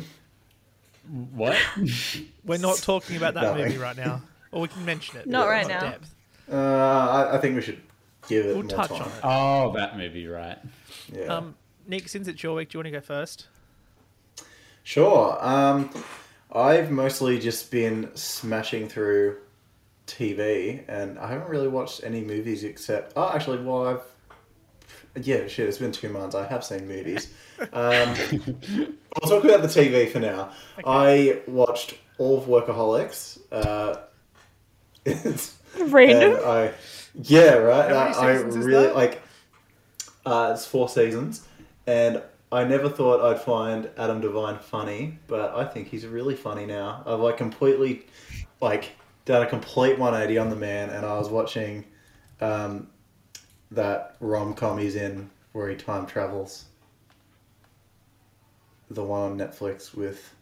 What?
We're not talking about that
No.
movie right now, or we can mention it.
Not
but
right
it's not
now.
Depth.
Uh, I, I think we should give it
We'll
more
touch
time.
on it.
Oh, that movie, right?
Yeah.
Um, Nick, since it's your week, do you want to go first?
Sure. Um, I've mostly just been smashing through TV, and I haven't really watched any movies except. Oh, actually, well, I've. Yeah, shit. It's been two months. I have seen movies. Um, I'll talk about the TV for now. I watched all of Workaholics. Uh, it's
Random.
and I, yeah, right.
How
I,
many
I
seasons is
really
that?
like. Uh, it's four seasons, and I never thought I'd find Adam Devine funny, but I think he's really funny now. I've like completely, like, done a complete one eighty on the man, and I was watching, um, that rom com he's in where he time travels. The one on Netflix with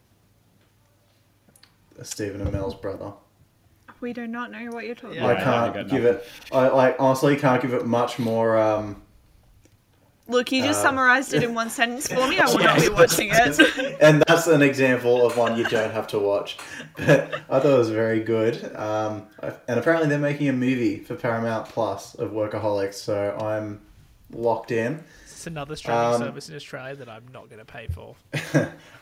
Stephen Amell's brother.
We do not know what you're talking
Yeah.
I
Right,
about.
I've
can't
got
give it. I like honestly can't give it much more. Um,
Look, you just
Uh,
summarized it in one sentence for me. I will not be watching it.
and that's an example of one you don't have to watch. But I thought it was very good. Um, and apparently they're making a movie for Paramount Plus of Workaholics, so I'm locked in.
It's another streaming
Um,
service in Australia that I'm not going to pay for.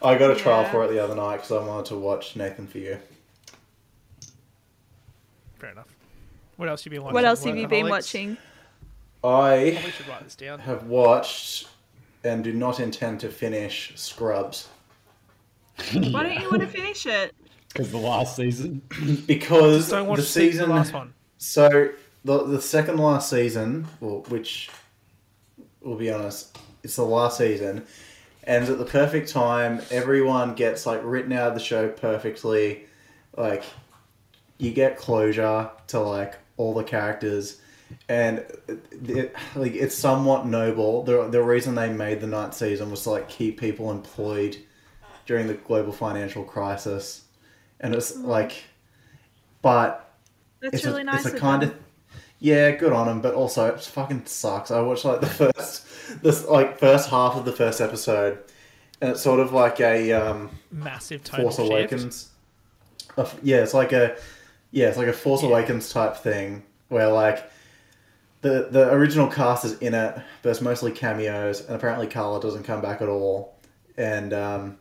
I got a trial
Yeah.
for it the other night because I wanted to watch Nathan for You.
Fair enough. What else have you been watching?
What else have you been
Workaholics?
watching?
I
Oh, We should write this down.
have watched and do not intend to finish Scrubs.
Why don't you want to finish it?
Because the last season.
because
Don't watch
the season
the last one.
So the the second last season, well, which we'll be honest, it's the last season, and it's at the perfect time. Everyone gets like written out of the show perfectly. Like you get closure to like all the characters, and it, it- like it's somewhat noble. The the reason they made the ninth season was to like keep people employed during the global financial crisis, and it's like, but
That's really
a,
nice.
It's a
of
kind
them.
of yeah, good on him, but also it fucking sucks. I watched like the first this like first half of the first episode, and it's sort of like a um,
Massive tone
Force
shift.
Awakens. a f- yeah, it's like a yeah, it's like a Force Awakens type thing where like the the original cast is in it, but it's mostly cameos, and apparently Carla doesn't come back at all. And um,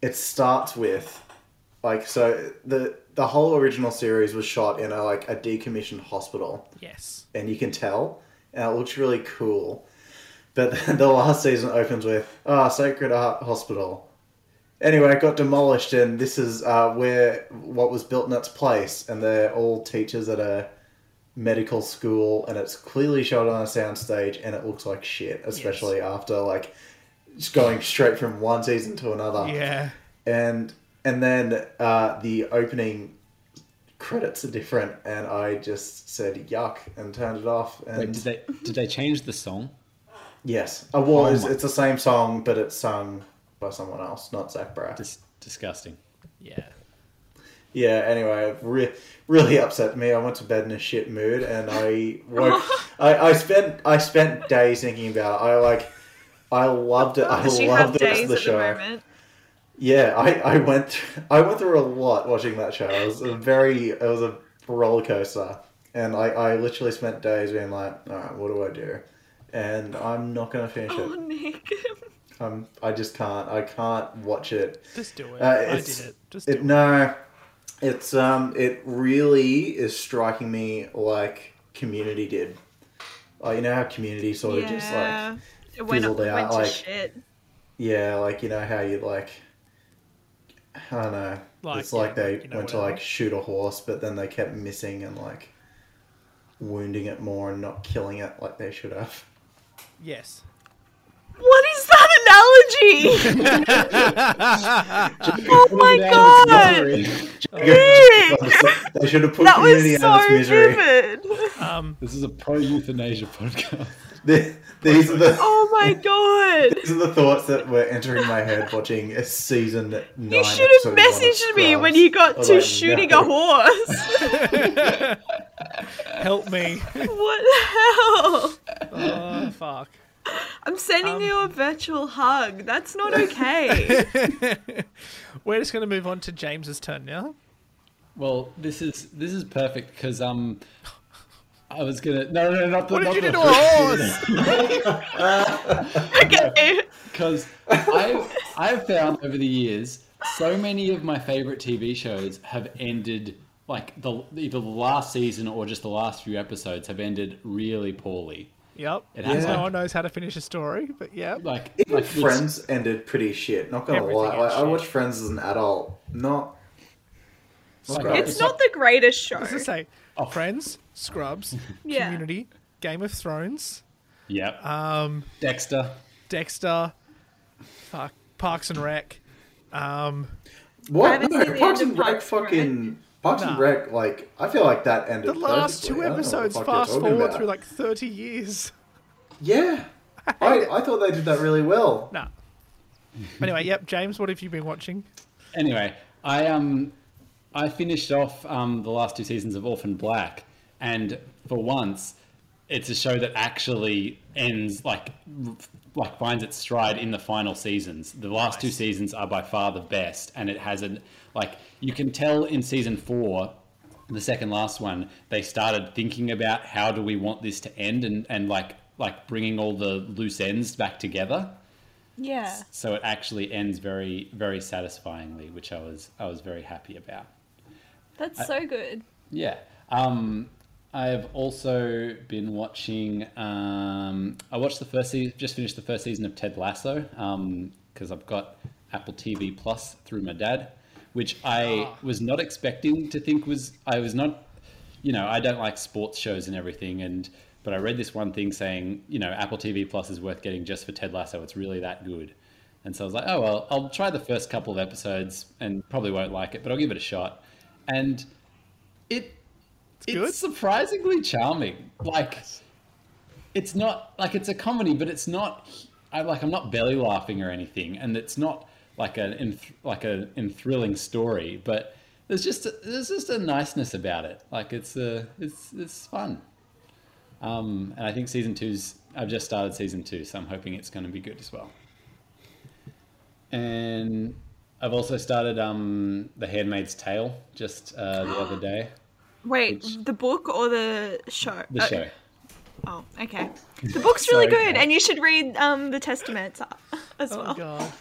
it starts with like so the the whole original series was shot in a like a decommissioned hospital
Yes.
and you can tell, and it looks really cool. But the last season opens with ah, Sacred Heart Hospital. Anyway, it got demolished, and this is uh, where what was built in its place, and they're all teachers at a medical school, and it's clearly shot on a soundstage, and it looks like shit, especially after like just going straight from one season to another
Yeah.
and and then uh, the opening credits are different, and I just said yuck and turned it off. And
Wait, did they did they change the song?
yes, uh, well,
Oh
it's,
my-
it's the same song, but it's sung by someone else, not Zach Braff.
Dis- disgusting.
Yeah.
Yeah. Anyway, it re- really upset me. I went to bed in a shit mood, and I woke. I, I spent I spent days thinking about. It. I like. I loved it. I
Does she
loved
have
the rest
days
of the
at the
show.
moment?
Yeah, I, I went th- I went through a lot watching that show. It was a very it was a roller coaster, and I, I literally spent days being like, all right, what do I do? And I'm not gonna finish
Oh,
it.
Nick.
I'm I just can't. I can't watch it.
Just do it.
Uh,
I
it's-
did it. Just do
It
it.
no, it's um it really is striking me like Community did. Like you know how Community sort of just like
yeah. It went,
fizzled out,
went to
like-
shit.
Yeah, like you know how you like. I don't know.
Like,
it's like
yeah,
they
you know
went to
what I
like
mean.
shoot a horse, but then they kept missing and like wounding it more and not killing it like they should have.
Yes.
What is that analogy? oh my god! Nick!
they should have put
That
community
was
out of
so
its misery.
vivid!
Um.
This is a pro euthanasia podcast.
The- These are the
Oh my god!
these are the thoughts that were entering my head watching a season nine.
You should
episode
have
one of
messaged me when
Scrubs.
you
I
got
was
to
like,
shooting
no.
a horse.
Help me.
what the hell?
Oh fuck.
I'm sending you a virtual hug. That's not okay.
We're just gonna move on to James's turn now.
Well, this is this is perfect because um, I was gonna no no no not the
What
not
did you do
the
to a horse?
okay.
because I've I've found over the years so many of my favorite TV shows have ended like the either the last season or just the last few episodes have ended really poorly.
Yep.
It has
No
like-
one knows how to finish a story, but yeah.
Like,
Even
like it's-
Friends ended pretty shit. Not gonna
Everything
lie, like,
is
I
shit.
watched Friends as an adult. Not
Like,
Scrubs.
It's not the greatest show.
Let's just say
oh.
Friends, Scrubs,
Yeah.
Community, Game of Thrones,
Yep. Um, Dexter.
Dexter, fuck, Parks and Rec. Um,
I
What?
haven't
No,
seen the
Parks
end
and
of
Rec
Parks and Rec.
fucking. Parks and
Nah.
Rec, like, I feel like that ended.
the last two
perfectly. I don't know what the
episodes
fuck you're
fast
talking
forward
about.
through like 30 years.
Yeah. I, I thought they did that really well.
Nah. Anyway, yep, James, what have you been watching?
Anyway, I um, I finished off um, the last two seasons of Orphan Black, and for once, it's a show that actually ends like r- like finds its stride in the final seasons. The last two seasons are by far the best, and it has an like you can tell in season four the second last one, they started thinking about how do we want this to end and, and like like bringing all the loose ends back together.
Yeah.
So it actually ends very very satisfyingly, which I was I was very happy about.
That's so good.
Yeah. Um, I have also been watching. Um, I watched the first season, just finished the first season of Ted Lasso because I've got Apple TV Plus through my dad, which I was not expecting to think was. I was not. You know, I don't like sports shows and everything, and But I read this one thing saying, you know, Apple TV Plus is worth getting just for Ted Lasso. It's really that good. And so I was like, oh, well, I'll try the first couple of episodes and probably won't like it, but I'll give it a shot. And it it's,
good?
surprisingly charming. Like it's not like it's a comedy, but it's not I like I'm not belly laughing or anything and it's not like an enth- like a enthralling story, but there's just a, there's just a niceness about it. Like it's a, it's it's fun. Um, and I think season two's I've just started season two, so I'm hoping it's going to be good as well. And I've also started um, The Handmaid's Tale just uh, the other day.
Wait,
Which-
the book or the show?
The
Uh,
show.
Oh, okay. The book's really
Sorry.
good, and you should read um, the Testaments uh, as
Oh
well.
god.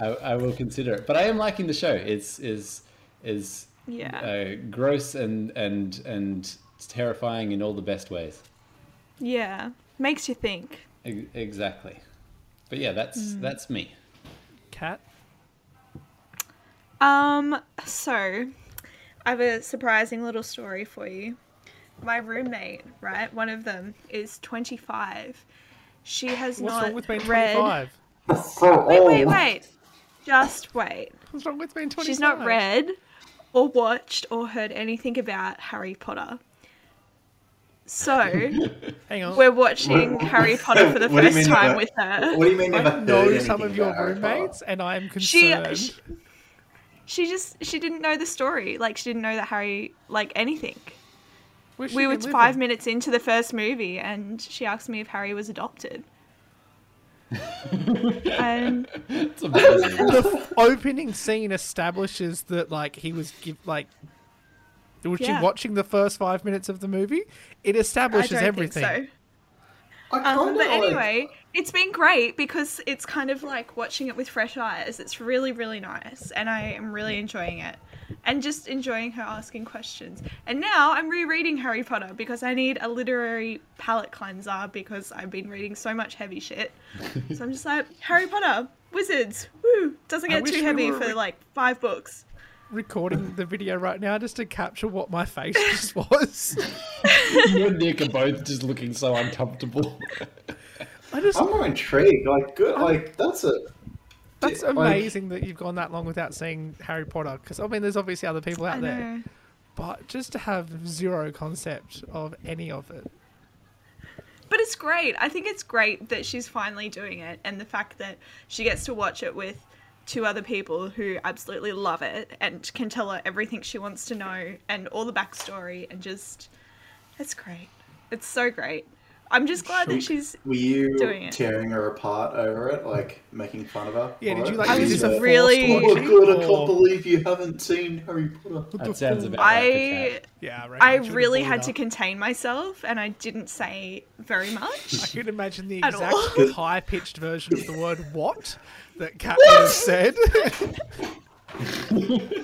I, I will consider it, but I am liking the show. It's is is
Yeah.
uh, gross and and and terrifying in all the best ways.
Yeah, makes you think.
E- exactly. But yeah, that's
Hmm.
that's me.
Cat.
Um, so I have a surprising little story for you. My roommate, right? One of them is 25. She has
What's
not
wrong with being
read.
25?
So
Wait, wait, wait. Just wait.
What's wrong with being 25?
She's not read or watched or heard anything about Harry Potter. So
Hang on.
we're watching Harry Potter for the
What do you
first
mean
time
about-
with her.
What do you mean?
I
never
know
heard
some
anything
of your
about Harry Potter?
roommates, and I am
She, uh,
concerned.
she she just she didn't know the story. Like she didn't know that Harry like anything.
Where's she
we were
been
five
living?
minutes into the first movie and she asked me if harry was adopted and
It's amazing.
the opening scene establishes that like he was give like was she
Yeah.
watching the first five minutes of the movie it
i
establishes
don't
everything
think
I
so um,
kinda
but
like-
anyway it's been great because it's kind of like watching it with fresh eyes it's really really nice and i am really enjoying it and just enjoying her asking questions and now i'm rereading harry potter because i need a literary palate cleanser because i've been reading so much heavy shit so i'm just like harry potter wizards woo doesn't
I
get
wish
too
we
heavy
were
for
re-
like five books
recording the video right now just to capture what my face just was
you and Nick are both just looking so uncomfortable.
i just
I'm more intrigued. Like, good. Like, that's a.
that's
like-
amazing that you've gone that long without seeing harry potter because i mean there's obviously other people
I
out there
know.
but just to have zero concept of any of it
But it's great. I think it's great that she's finally doing it and the fact that she gets to watch it with two other people who absolutely love it and can tell her everything she wants to know and all the backstory and just it's great. It's so great. I'm just glad that she's
Were you
Doing it.
tearing her apart over it, like making fun of her?
yeah
for
did you
it?
like
I
is
was
this a forced
really-
Oh my
orgy,
god! I
or-
can't believe you haven't seen Harry Potter.
That sounds about right for
I
Kat.
yeah reckon
I
it should have
really
brought
had
it
to
up.
contain myself and I didn't say very
I
much.
can imagine the
At
exact
all.
high pitched version of the word what that Kat would have said.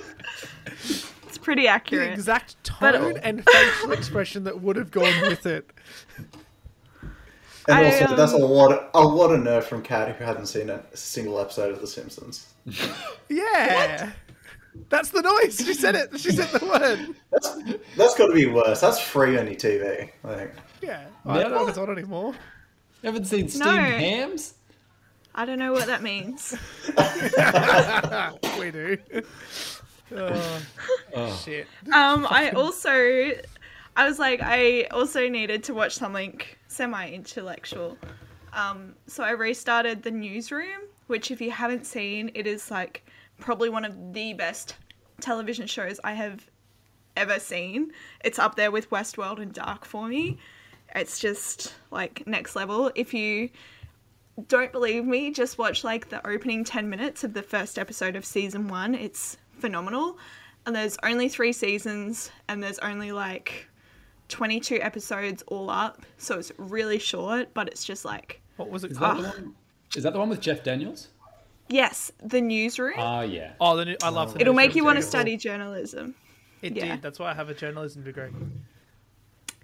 It's pretty
the
accurate.
exact
But-
tone and facial expression that would have gone with it.
And
I,
also, that's a
um,
lot, of, a lot of nerve from Kat who hadn't seen a single episode of The Simpsons.
Yeah. That's the noise. She said it. She said the word.
That's that's got to be worse. That's free on your TV. Like,
Yeah. I don't know if it's on anymore.
You haven't seen steamed
No.
hams?
I don't know what that means.
we do. Oh, shit.
Um, I also, I was like, I also needed to watch something semi-intellectual. Um, so I restarted the newsroom, which if you haven't seen, it is like probably one of the best television shows I have ever seen. It's up there with Westworld and Dark for me. It's just like next level. If you don't believe me, just watch like the opening 10 minutes of the first episode of season one. It's phenomenal. And there's only three seasons, and there's only like 22 episodes all up. So it's really short, but it's just like,
What was it Ah.
Is that,
called?
Ah.
the one, is that the one with Jeff Daniels?
yes, the newsroom.
Ah, yeah.
Oh, the new, I love the
It'll
new
make
show.
you want to
Beautiful.
study journalism.
It
yeah.
did. That's why I have a journalism degree.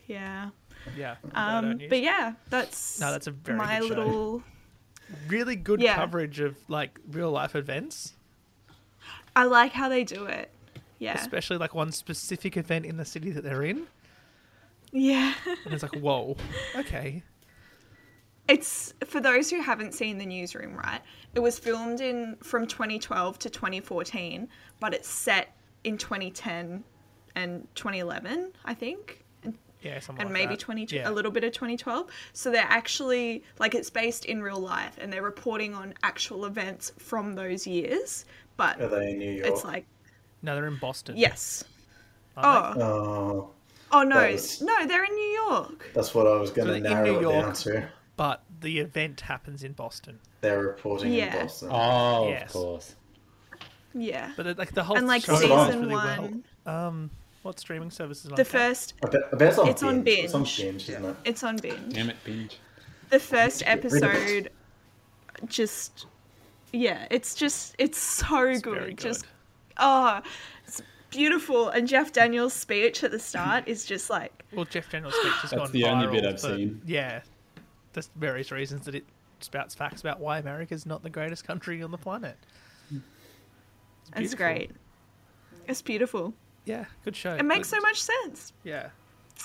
Yeah.
Yeah. I don't
Um,
use-
but yeah, that's,
No, that's a very
my
good show.
little.
really good
yeah.
coverage of like real life events.
I like how they do it. Yeah.
especially like one specific event in the city that they're in.
Yeah.
And it's like, whoa, okay.
It's for those who haven't seen the newsroom, right? It was filmed in from 2012 to 2014, but it's set in 2010 and 2011, I think, and,
Yeah, something
and
like
maybe
that.
20
yeah.
a little bit of 2012. So they're actually like it's based in real life, and they're reporting on actual events from those years. But
Are they in New York?
it's like
No, they're in Boston.
yes,
aren't
oh,
oh,
oh no,
that was-
no, they're in New York.
that's what I was going
So
to
in
narrow
New
it
York.
down to.
But the event happens in Boston.
They're reporting
Yeah.
in Boston.
Oh,
Yes.
of course.
Yeah,
But it, like the whole
And, like,
show is
season
really well.
one-
Um, what streaming services? is
the
like that?
first
I bet, I bet it's on
It's on
binge. It's on
Binge.
binge, isn't it?
it's on binge.
Damn it, binge.
the first
rid of it.
episode just yeah it's just it's so
It's
good.
very
just oh it's beautiful and jeff daniels speech at the start is just like
Well, Jeff Daniels' speech has
That's
gone
the only bit
viral,
I've
but
seen.
Yeah, there's various reasons that it spouts facts about why America's not the greatest country on the planet.
it's
beautiful.
great it's beautiful
Yeah, good show.
it makes so
good-
much sense
Yeah,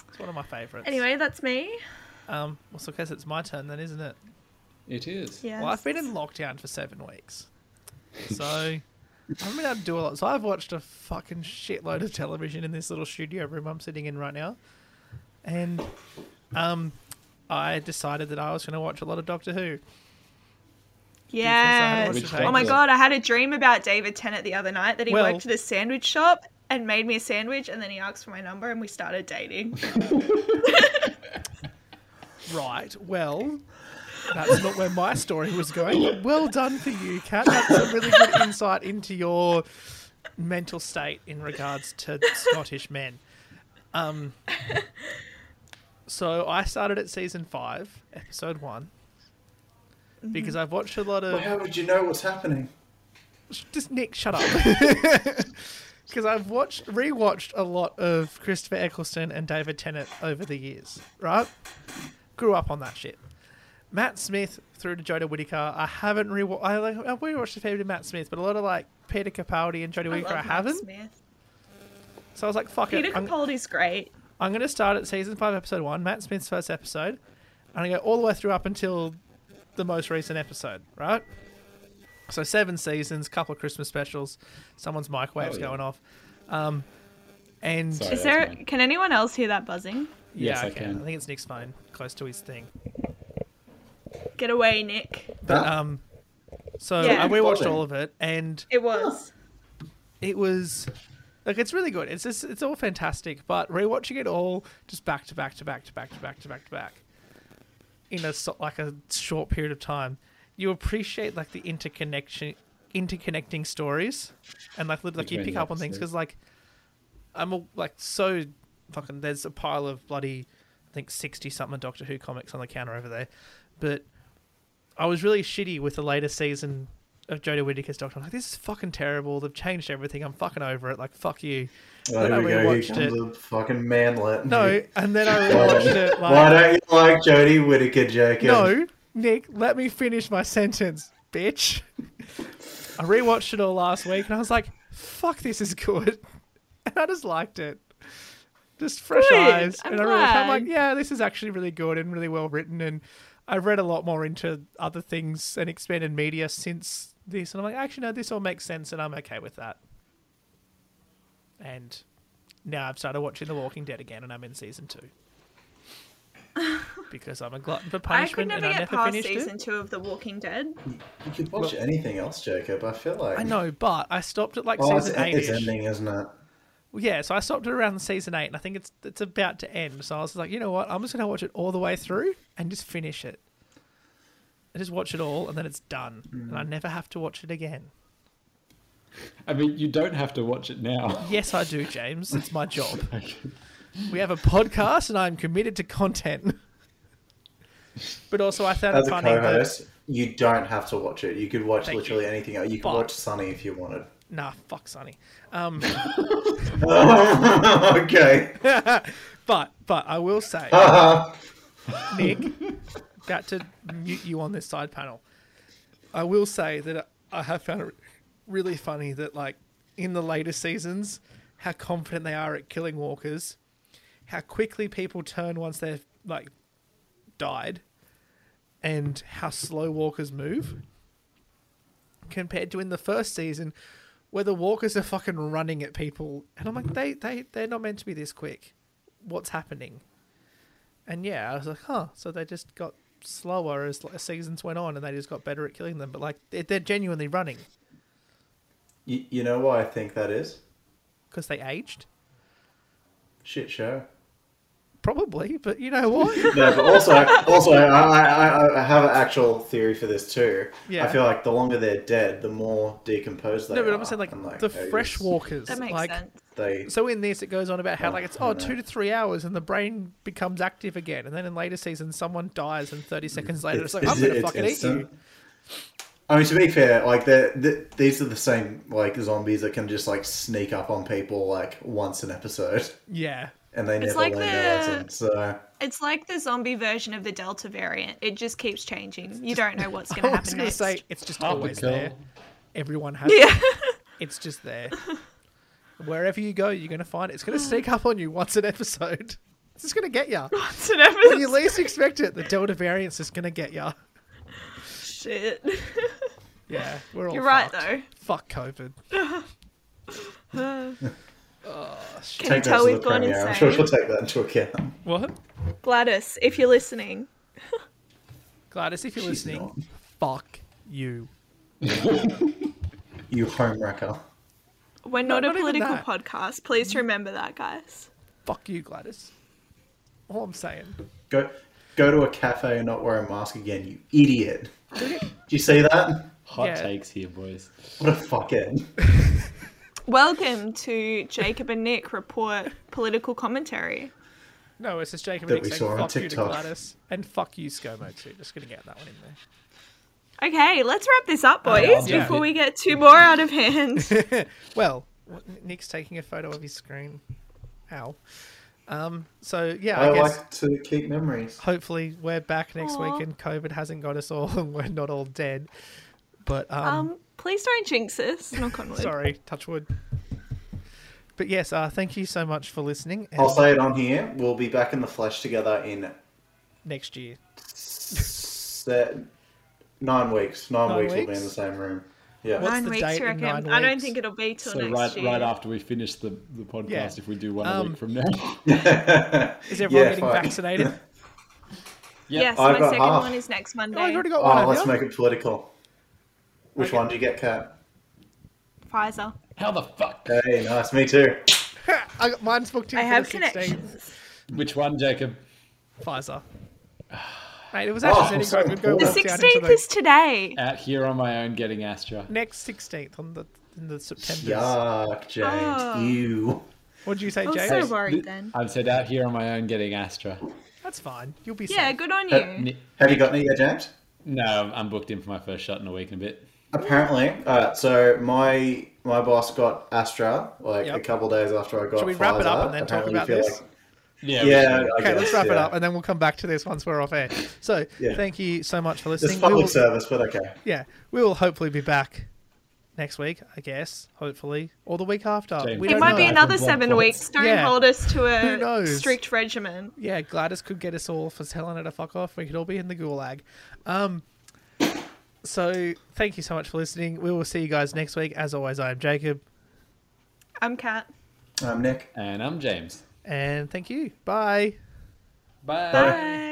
it's one of my favorites.
anyway that's me
um, well, so I guess it's my turn then, isn't it?
It is.
yeah
Well, I've been in lockdown for seven weeks, so I haven't been able to do a lot. So I've watched a fucking shitload of television in this little studio room I'm sitting in right now, and um, I decided that I was going to watch a lot of Doctor Who.
yeah
Which
oh my
one?
god i had a dream about david tennant the other night that he
Well-
worked at a sandwich shop and made me a sandwich and then he asked for my number and we started dating
Right. Well, that's not where my story was going. Well done for you, Kat. That's a really good insight into your mental state in regards to Scottish men. Um, so I started at season five, episode one, because I've watched a lot of
Well, how would you know what's happening?
just Nick, shut up. Because I've watched, rewatched a lot of Christopher Eccleston and David Tennant over the years, right? Grew up on that shit. Matt Smith through to Jodie Whittaker. I haven't rewatched. I like. I've rewatched a fair bit of Matt Smith, but a lot of like Peter Capaldi and Jodie
I
Whittaker. I,
love Matt
haven't.
Smith.
So I was like, fuck
peter
it. I'm,
capaldi's great
I'm going to start at season five, episode one, Matt Smith's first episode, and I go all the way through up until the most recent episode, right? So seven seasons, couple of Christmas specials, someone's microwave's
Oh, yeah.
going off, um, and
Sorry.
Is
that's
there?
mine.
Can anyone else hear that buzzing?
yeah,
Yes, I
okay,
can.
I think it's Nick's phone, close to his thing.
Get away, Nick.
That,
Ah.
Um, so
Yeah.
I rewatched
Boring.
all of it, and
It was.
it was like it's really good. It's just, it's all fantastic, but rewatching it all just back to back to back to back to back to back to back in a so- like a short period of time, you appreciate like the interconnection interconnecting stories and like little- like you
Between
pick
the
up on things because like I'm all, like so fucking there's a pile of bloody I think 60 something Doctor Who comics on the counter over there but I was really shitty with the latest season of Jodie Whittaker's Doctor. I'm like, this is fucking terrible. They've changed everything. I'm fucking over it. Like, fuck you.
oh,
then I
here we go. Here
rewatched
comes
it.
a fucking manlet.
No, and then I
Why
rewatched
don't-
it.
Why
Like,
don't you like Jodie Whittaker, Jacob?
no, Nick, let me finish my sentence, bitch. I rewatched it all last week, and I was like, fuck, this is good. And I just liked it. Just fresh
Good,
eyes.
I'm
and I realized, I'm
glad.
like, yeah, this is actually really good and really well written. And I've read a lot more into other things and expanded media since this. And I'm like, actually, no, this all makes sense, and I'm okay with that. And now I've started watching The Walking Dead again, and I'm in season two. because I'm a glutton for
I could
punishment,
never
and I
get
never
past
finished it.
season two of The Walking Dead.
You could watch anything else, Jacob. I feel like.
I know, but I stopped at like
Oh, it's,
season eight.
it's ending, isn't it?
Yeah, so I stopped at around season eight, and I think it's it's about to end. So I was like, you know what? I'm just gonna watch it all the way through and just finish it. I just watch it all, and then it's done, and
Mm.
I never have to watch it again.
I mean, you don't have to watch it now.
Yes, I do, James. It's my job. we have a podcast, and I'm committed to content. but also, I found
As
it
a
funny that
co-host, you don't have to watch it. You could watch
Thank
literally anything else. You could
But-
watch Sunny if you wanted.
nah, fuck Sonny. Um,
okay.
But but I will say, Nick, about to mute you on this side panel. I will say that I have found it really funny that like in the later seasons, how confident they are at killing walkers, how quickly people turn once they've like died, and how slow walkers move. Compared to in the first season, where the walkers are fucking running at people, and I'm like, they they they're not meant to be this quick. What's happening? And yeah, I was like, huh. So they just got slower as like, seasons went on, and they just got better at killing them. But like, they're, they're genuinely running
You, you know why I think that is?
because they aged,
Shit show.
probably. But you know what?
No, but also, also, I, I, I- I have an actual theory for this too.
Yeah.
I feel like the longer they're dead, the more decomposed they
no,
are.
but I'm saying like,
and,
the
they
fresh
just-
walkers,
That makes
like.
sense.
They
So in this, it goes on about how like it's oh
I don't know.
two to three hours, and the brain becomes active again, and then in later seasons, someone dies, and thirty seconds later, it's, like I'm gonna fucking eat you.
instant. I mean, to be fair, like they're, th these are the same like zombies that can just like sneak up on people like once an episode,
Yeah,
and they never
like
learn
the-
their lesson. So
It's like the zombie version of the Delta variant. It just keeps changing. You don't know what's going
I was
to happen
gonna
next.
say it's just always
Topical.
there. Everyone has it.
yeah.
It's just there. Wherever you go, you're gonna find it. It's gonna sneak up on you once an episode. It's just gonna get ya.
What's an
When you
episode?
least expect it, the Delta variant's just gonna get ya.
Shit.
Yeah, we're all
You're right
fucked.
though.
Oh, Fuck COVID.
Can you
take that
tell
as a
we've gone
premiere. I'm sure
insane?
she'll take that into account.
What?
Gladys, if you're listening,
Gladys, if you're
She's
listening,
not.
fuck you.
You homewrecker.
we're
No,
not,
not
a
even
political
that.
podcast. Please remember that, guys.
Fuck you, Gladys. All I'm saying.
Go go to a cafe and not wear a mask again, you idiot.
Did it-
Do you see that?
Hot
Yeah.
takes here, boys.
What a fuckhead.
Welcome to Jacob and Nick report political commentary.
No, it's just Jacob
That
and
we
Nick
saw
saying
on
fuck you to
TikTok.
Gladys and fuck you, ScoMo too. Just gonna get that one in there.
Okay, let's wrap this up, boys,
I'll do
before
it.
we get two more out of hand.
Well, what- Nick's taking a photo of his screen. Ow. Um, so yeah,
I,
I, guess
like to keep memories.
hopefully we're back next
Aw.
week and COVID hasn't got us all and we're not all dead. But um,
um, please don't jinx us. Knock on wood.
sorry, touch wood. But yes, uh, thank you so much for listening. And
I'll say it on here. We'll be back in the flesh together in
next year.
se- nine weeks. Nine,
Nine
weeks, we'll be in the
weeks?
same room. Yeah.
What's
nine
the
weeks,
date
you
in
reckon?
nine
I don't
weeks?
think it'll be till
So
next
right,
year.
right after we finish the, the podcast,
Yeah.
if we do one a
Um,
week from now.
Is everyone
Yeah,
getting
fuck.
vaccinated?
Yes,
I've
my
got
second
half.
one is next Monday.
Oh, you already got one.
Oh,
have
let's
you?
make it political. Which
Okay.
one do you get, Kat?
Pfizer.
How the fuck?
Hey, nice. Me too.
I got mine's booked in
I
for
have
the 16th.
connections.
Which one, Jacob?
Pfizer. Mate, it was
Oh,
actually
I'm
said
so
we'd go
bored.
The
walk down into
sixteenth
the
is today.
Out here on my own getting Astra.
next sixteenth on the in the September.
Yuck, James.
Ah.
Oh.
You.
What did you say,
I was
James?
Oh, so worried then.
I've said out here on my own getting Astra.
That's fine. You'll be
Yeah,
safe.
good on
Uh,
you.
Ni-
Have you got any yet, James?
No, I'm- I'm booked in for my first shot in a week and a bit.
Apparently. All right. So my my boss got Astra like
Yep.
a couple days after I got.
Should we wrap it up
Pfizer.
and then talk
Apparently
about
feel
this?
like-
Yeah.
yeah. I
Okay, let's
guess,
wrap it
yeah.
up and then we'll come back to this once we're off air. So,
Yeah.
thank you so much for
It's
listening. We
public
will-
service, but okay.
yeah, we will hopefully be back next week, I guess, hopefully, or the week after.
James.
We
It
It
don't
might
know.
be
an-
another
Black
seven
box.
weeks. Don't
Yeah.
hold us to
Who
a
knows?
strict regimen.
yeah, Gladys could get us all for telling her to fuck off. We could all be in the gulag. Um, so, thank you so much for listening. We will see you guys next week. As always, I am Jacob,
I'm Kat.
Um, Nick.
And I'm James.
and thank you. Bye.
Bye.
Bye.